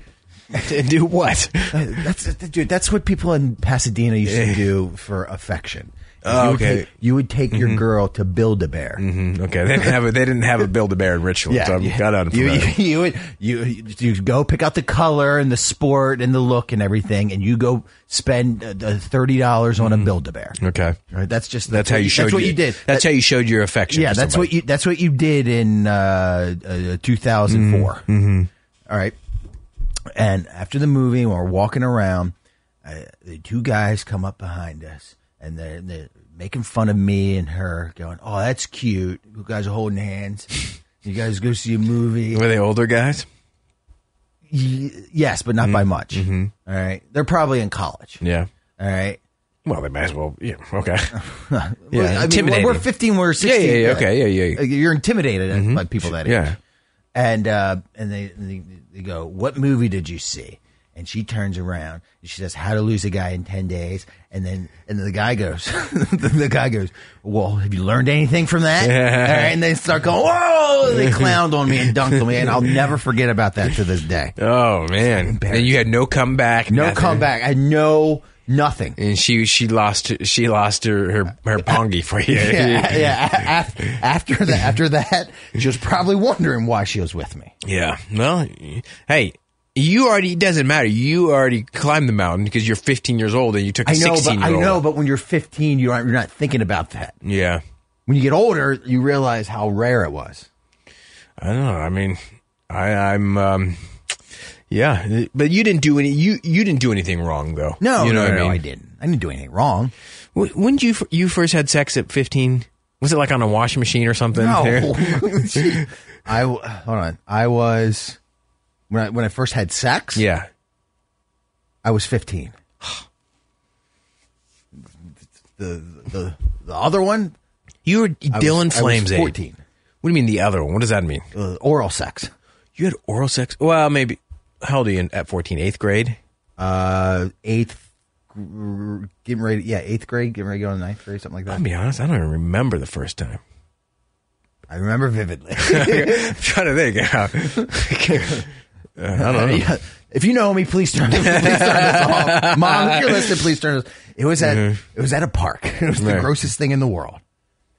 [SPEAKER 2] Do what?
[SPEAKER 3] Uh, That's dude. That's what people in Pasadena used to do for affection.
[SPEAKER 2] Oh,
[SPEAKER 3] you would
[SPEAKER 2] okay. Mm-hmm.
[SPEAKER 3] take, you would take your girl to Build a Bear.
[SPEAKER 2] Mm, Okay, they didn't have a, they didn't have a Build a Bear in Richland, so I'm kind of
[SPEAKER 3] you,
[SPEAKER 2] unfamiliar.
[SPEAKER 3] you, you would you you go pick out the color and the sport and the look and everything, and you go spend uh, uh, thirty dollars on a Build a Bear.
[SPEAKER 2] Mm-hmm. okay,
[SPEAKER 3] Right, that's just
[SPEAKER 2] that's how you showed.
[SPEAKER 3] That's what
[SPEAKER 2] your-
[SPEAKER 3] you did.
[SPEAKER 2] That's how you showed your affection.
[SPEAKER 3] yeah,
[SPEAKER 2] for
[SPEAKER 3] that's
[SPEAKER 2] somebody.
[SPEAKER 3] what you that's what you did in uh, uh, 2004. All right. And after the movie, when we're walking around, uh, the two guys come up behind us and they're, they're making fun of me and her, going, "Oh, that's cute." You guys are holding hands. You guys go see a movie.
[SPEAKER 2] Were they older guys?
[SPEAKER 3] Y- yes, but not by much. All right. They're probably in college.
[SPEAKER 2] Yeah.
[SPEAKER 3] All right.
[SPEAKER 2] Well, they might as well. Yeah. Okay.
[SPEAKER 3] Well, I mean, we're-
[SPEAKER 2] intimidating.
[SPEAKER 3] we're 15, we're 16.
[SPEAKER 2] yeah, yeah, Okay. Yeah. Yeah. Mm-hmm.
[SPEAKER 3] Uh, You're intimidated at- by people that age.
[SPEAKER 2] Yeah.
[SPEAKER 3] And, uh, and they, they, they go, What movie did you see? And she turns around and she says, How to lose a guy in 10 days. And then, and then the guy goes, The guy goes, Well, have you learned anything from that? All right. And they start going, Whoa, they clowned on me and dunked on me. And I'll never forget about that to this day.
[SPEAKER 2] Oh man. And you had no comeback.
[SPEAKER 3] No
[SPEAKER 2] nothing.
[SPEAKER 3] comeback. I know nothing.
[SPEAKER 2] And she she lost she lost her her, her pongy for you.
[SPEAKER 3] yeah, yeah. a- af- After that, after that, she was probably wondering why she was with me.
[SPEAKER 2] Yeah. Well, hey, you already it doesn't matter. You already climbed the mountain because you're 15 years old and you took a
[SPEAKER 3] I know, but
[SPEAKER 2] 16
[SPEAKER 3] I
[SPEAKER 2] year old.
[SPEAKER 3] know, but when you're 15, you aren't, you're not thinking about that.
[SPEAKER 2] Yeah.
[SPEAKER 3] When you get older, you realize how rare it was.
[SPEAKER 2] I don't know. I mean, I I'm um yeah, but you didn't do any you you didn't do anything wrong though.
[SPEAKER 3] No,
[SPEAKER 2] you
[SPEAKER 3] no,
[SPEAKER 2] know
[SPEAKER 3] no,
[SPEAKER 2] what I mean?
[SPEAKER 3] I didn't. I didn't do anything wrong.
[SPEAKER 2] Wh- When did you f- you first had sex at 15? Was it like on a washing machine or something?
[SPEAKER 3] No, I w- hold on. I was when I when I first had sex.
[SPEAKER 2] yeah.
[SPEAKER 3] I was 15. the the the other one,
[SPEAKER 2] You were Dylan
[SPEAKER 3] was- I was
[SPEAKER 2] Flames age.
[SPEAKER 3] 14.
[SPEAKER 2] What do you mean the other one? What does that mean?
[SPEAKER 3] uh, oral sex.
[SPEAKER 2] You had oral sex? Well, maybe. How old are you in, at 14? Eighth grade?
[SPEAKER 3] uh eighth gr- getting ready yeah eighth grade getting ready to go to ninth grade something like that
[SPEAKER 2] I'll be honest, I don't even remember the first time.
[SPEAKER 3] i remember vividly
[SPEAKER 2] I'm trying to think. I don't know.
[SPEAKER 3] Yeah. if you know me please turn, please turn this off mom if you're listening please turn this it was at it was at a park it was the
[SPEAKER 2] Mm-hmm. Right.
[SPEAKER 3] grossest thing in the world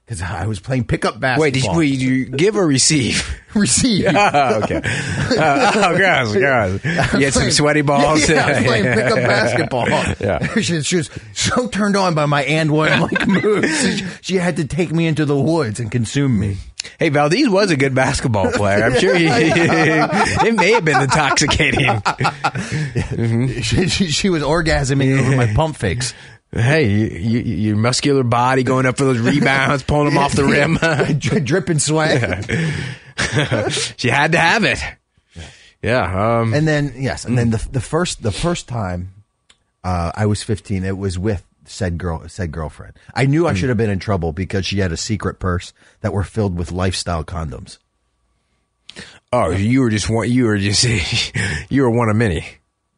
[SPEAKER 3] because i was playing pickup basketball
[SPEAKER 2] Wait, did you, wait, did you give or receive?
[SPEAKER 3] receive
[SPEAKER 2] oh, okay. Uh, oh, gosh, gosh. You had some
[SPEAKER 3] playing-
[SPEAKER 2] sweaty balls.
[SPEAKER 3] Yeah, yeah, I was playing pickup basketball.
[SPEAKER 2] Yeah.
[SPEAKER 3] she, she was so turned on by my and one like moves. She, she had to take me into the woods and consume me.
[SPEAKER 2] Hey, Valdez was a good basketball player. I'm sure he, it may have been intoxicating.
[SPEAKER 3] she, she, she was orgasming over my pump fakes.
[SPEAKER 2] Hey, you, you, your muscular body going up for those rebounds, pulling them off the rim.
[SPEAKER 3] Dri- dripping sweat.
[SPEAKER 2] she had to have it. Yeah. Um,
[SPEAKER 3] And then yes, and then the the first the first time uh, I was 15, it was with said girl said girlfriend. I knew I should have been in trouble because she had a secret purse that were filled with lifestyle condoms.
[SPEAKER 2] oh, you were just one. You were just you were one of many.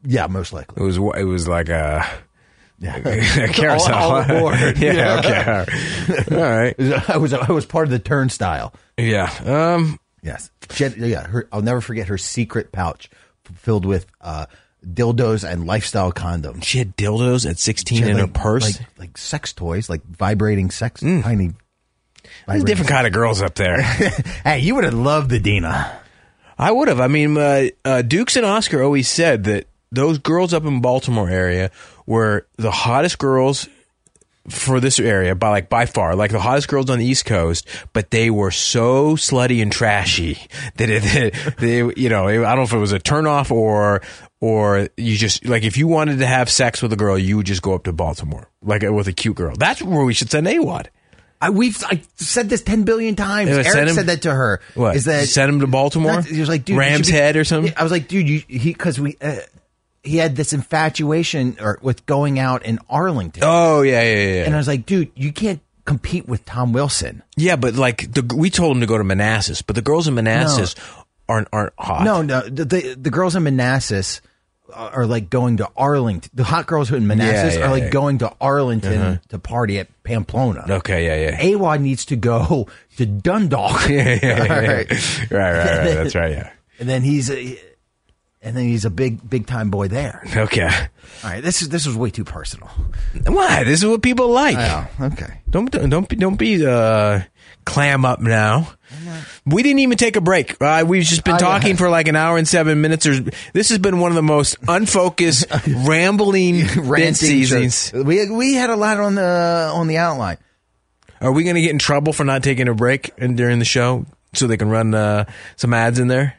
[SPEAKER 3] Yeah, most
[SPEAKER 2] It
[SPEAKER 3] likely.
[SPEAKER 2] was it was like a,
[SPEAKER 3] Yeah.
[SPEAKER 2] a carousel.
[SPEAKER 3] All- all aboard.
[SPEAKER 2] yeah, Okay. All right.
[SPEAKER 3] I was I was part of the turnstile.
[SPEAKER 2] Yeah. Um.
[SPEAKER 3] Yes. She had, yeah, her, I'll never forget her secret pouch f- filled with uh, dildos and lifestyle condoms.
[SPEAKER 2] She had dildos at sixteen
[SPEAKER 3] She had,
[SPEAKER 2] in
[SPEAKER 3] like-
[SPEAKER 2] her purse.
[SPEAKER 3] like, like sex toys, like vibrating sex, tiny.
[SPEAKER 2] There's
[SPEAKER 3] vibrating-
[SPEAKER 2] different kind of girls up there.
[SPEAKER 3] Hey, you would have loved the Dina.
[SPEAKER 2] I would have. I mean, uh, uh, Dukes and Oscar always said that those girls up in Baltimore area were the hottest girls for this area by like by far like the hottest girls on the east coast but they were so slutty and trashy that it that they you know it, i don't know if it was a turnoff or or you just like if you wanted to have sex with a girl you would just go up to baltimore like uh, with a cute girl that's where we should send awad
[SPEAKER 3] I we've I said this ten billion times.
[SPEAKER 2] Yeah,
[SPEAKER 3] Eric
[SPEAKER 2] send him-
[SPEAKER 3] said that to her.
[SPEAKER 2] what
[SPEAKER 3] is that?
[SPEAKER 2] send him to baltimore
[SPEAKER 3] Not- he was like, dude, you
[SPEAKER 2] ram's
[SPEAKER 3] should be-
[SPEAKER 2] head or something
[SPEAKER 3] I was like, dude, you, he because we uh, he had this infatuation or with going out in Arlington,
[SPEAKER 2] oh yeah yeah yeah, yeah
[SPEAKER 3] and I was like, dude, you can't compete with Tom Wilson.
[SPEAKER 2] Yeah, but like the we told him to go to Manassas, but the girls in Manassas aren't aren't hot.
[SPEAKER 3] No, no, the the, the girls in Manassas are like going to Arlington. The hot girls in Manassas
[SPEAKER 2] yeah,
[SPEAKER 3] are like
[SPEAKER 2] yeah. Uh-huh.
[SPEAKER 3] going to Arlington to party at Pamplona.
[SPEAKER 2] Okay, yeah, yeah.
[SPEAKER 3] Awad needs to go to Dundalk. All right.
[SPEAKER 2] right, right, right. That's right. Yeah.
[SPEAKER 3] And then he's a, and then he's a big big time boy there.
[SPEAKER 2] Okay.
[SPEAKER 3] All right, this is this was way too personal.
[SPEAKER 2] Why? This is what people like.
[SPEAKER 3] okay.
[SPEAKER 2] Don't don't don't be, don't be uh, clam up now. We didn't even take a break. Uh, we've just been
[SPEAKER 3] I-
[SPEAKER 2] talking for like an hour and seven minutes. Or this has been one of the most unfocused, rambling bit seasons.
[SPEAKER 3] We we had a lot on the on the outline.
[SPEAKER 2] Are we going to get in trouble for not taking a break and during the show so they can run uh, some ads in there?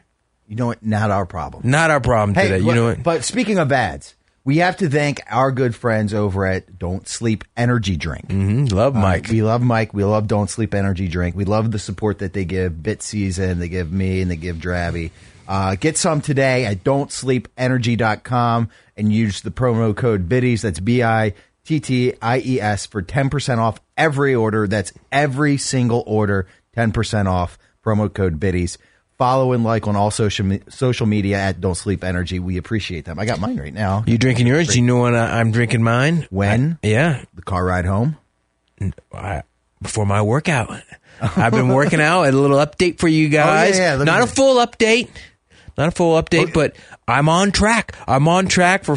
[SPEAKER 3] You know what? Not our problem.
[SPEAKER 2] Not our problem today.
[SPEAKER 3] but,
[SPEAKER 2] you know what?
[SPEAKER 3] But speaking of ads, we we have to thank our good friends over at Don't Sleep Energy Drink.
[SPEAKER 2] Mm-hmm, Love Mike.
[SPEAKER 3] We love Mike. We love Don't Sleep Energy Drink. We love the support that they give Bit Season, they give me, and they give Drabby. Uh, get some today at don'tsleepenergy.com and use the promo code BITTIES. That's B I T T I E S for 10% off every order. That's every single order, 10% off. Promo code BITTIES. Follow and like on all social me- social media at Don't Sleep Energy. We appreciate them. I got mine right now.
[SPEAKER 2] you drinking yours? Do you know when I, I'm drinking mine?
[SPEAKER 3] When?
[SPEAKER 2] I- yeah,
[SPEAKER 3] The car ride home.
[SPEAKER 2] I, before my workout. I've been working out. A little update for you guys.
[SPEAKER 3] Oh, yeah, let me-
[SPEAKER 2] Not a full update. Not a full update, but I'm on track. I'm on track for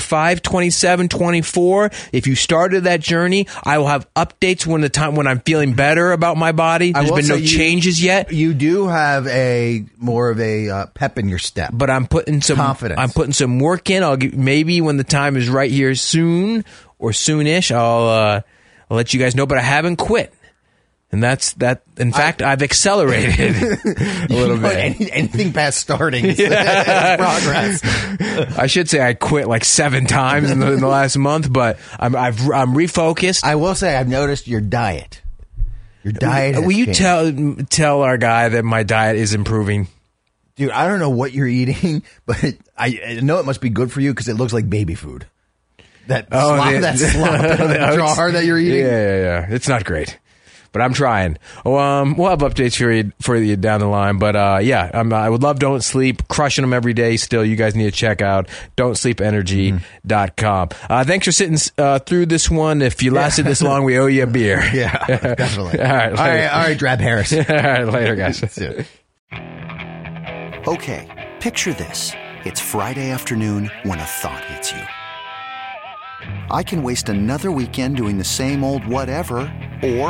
[SPEAKER 2] 52724. If you started that journey, I will have updates when the time when I'm feeling better about my body.
[SPEAKER 3] I
[SPEAKER 2] There's
[SPEAKER 3] will
[SPEAKER 2] been no
[SPEAKER 3] say you-
[SPEAKER 2] changes yet.
[SPEAKER 3] You do have a more of a uh, pep in your step.
[SPEAKER 2] but I'm putting some
[SPEAKER 3] Confidence.
[SPEAKER 2] I'm putting some work in. I'll give, maybe when the time is right here soon or soonish, I'll uh, I'll let you guys know. But I haven't quit, and that's that. In fact, I've accelerated a little bit.
[SPEAKER 3] Any- anything past starting is is progress.
[SPEAKER 2] I should say I quit like seven times in the, in the last month, but I'm I've, I'm refocused.
[SPEAKER 3] I will say I've noticed your diet. Your diet. has
[SPEAKER 2] Will you
[SPEAKER 3] changed.
[SPEAKER 2] tell tell our guy that my diet is improving?
[SPEAKER 3] dude? I don't know what you're eating, but it, I, I know it must be good for you because it looks like baby food. That
[SPEAKER 2] Oh,
[SPEAKER 3] slop,
[SPEAKER 2] the-
[SPEAKER 3] that slop out of the jar that you're eating.
[SPEAKER 2] Yeah, yeah, yeah. It's not great, but I'm trying. Oh, um, we'll have updates for you for you down the line. But uh, yeah, I'm, I would love Don't Sleep, crushing them every day. Still, you guys need to check out Don'tSleepEnergy.com. Uh, thanks for sitting uh, through this one. If you lasted this long, we owe you a beer.
[SPEAKER 3] Yeah, definitely.
[SPEAKER 2] All right,
[SPEAKER 3] all right,
[SPEAKER 2] later.
[SPEAKER 3] all right, Drab Harris.
[SPEAKER 2] All right, later, guys.
[SPEAKER 5] Okay, picture this. It's Friday afternoon when a thought hits you. I can waste another weekend doing the same old whatever, or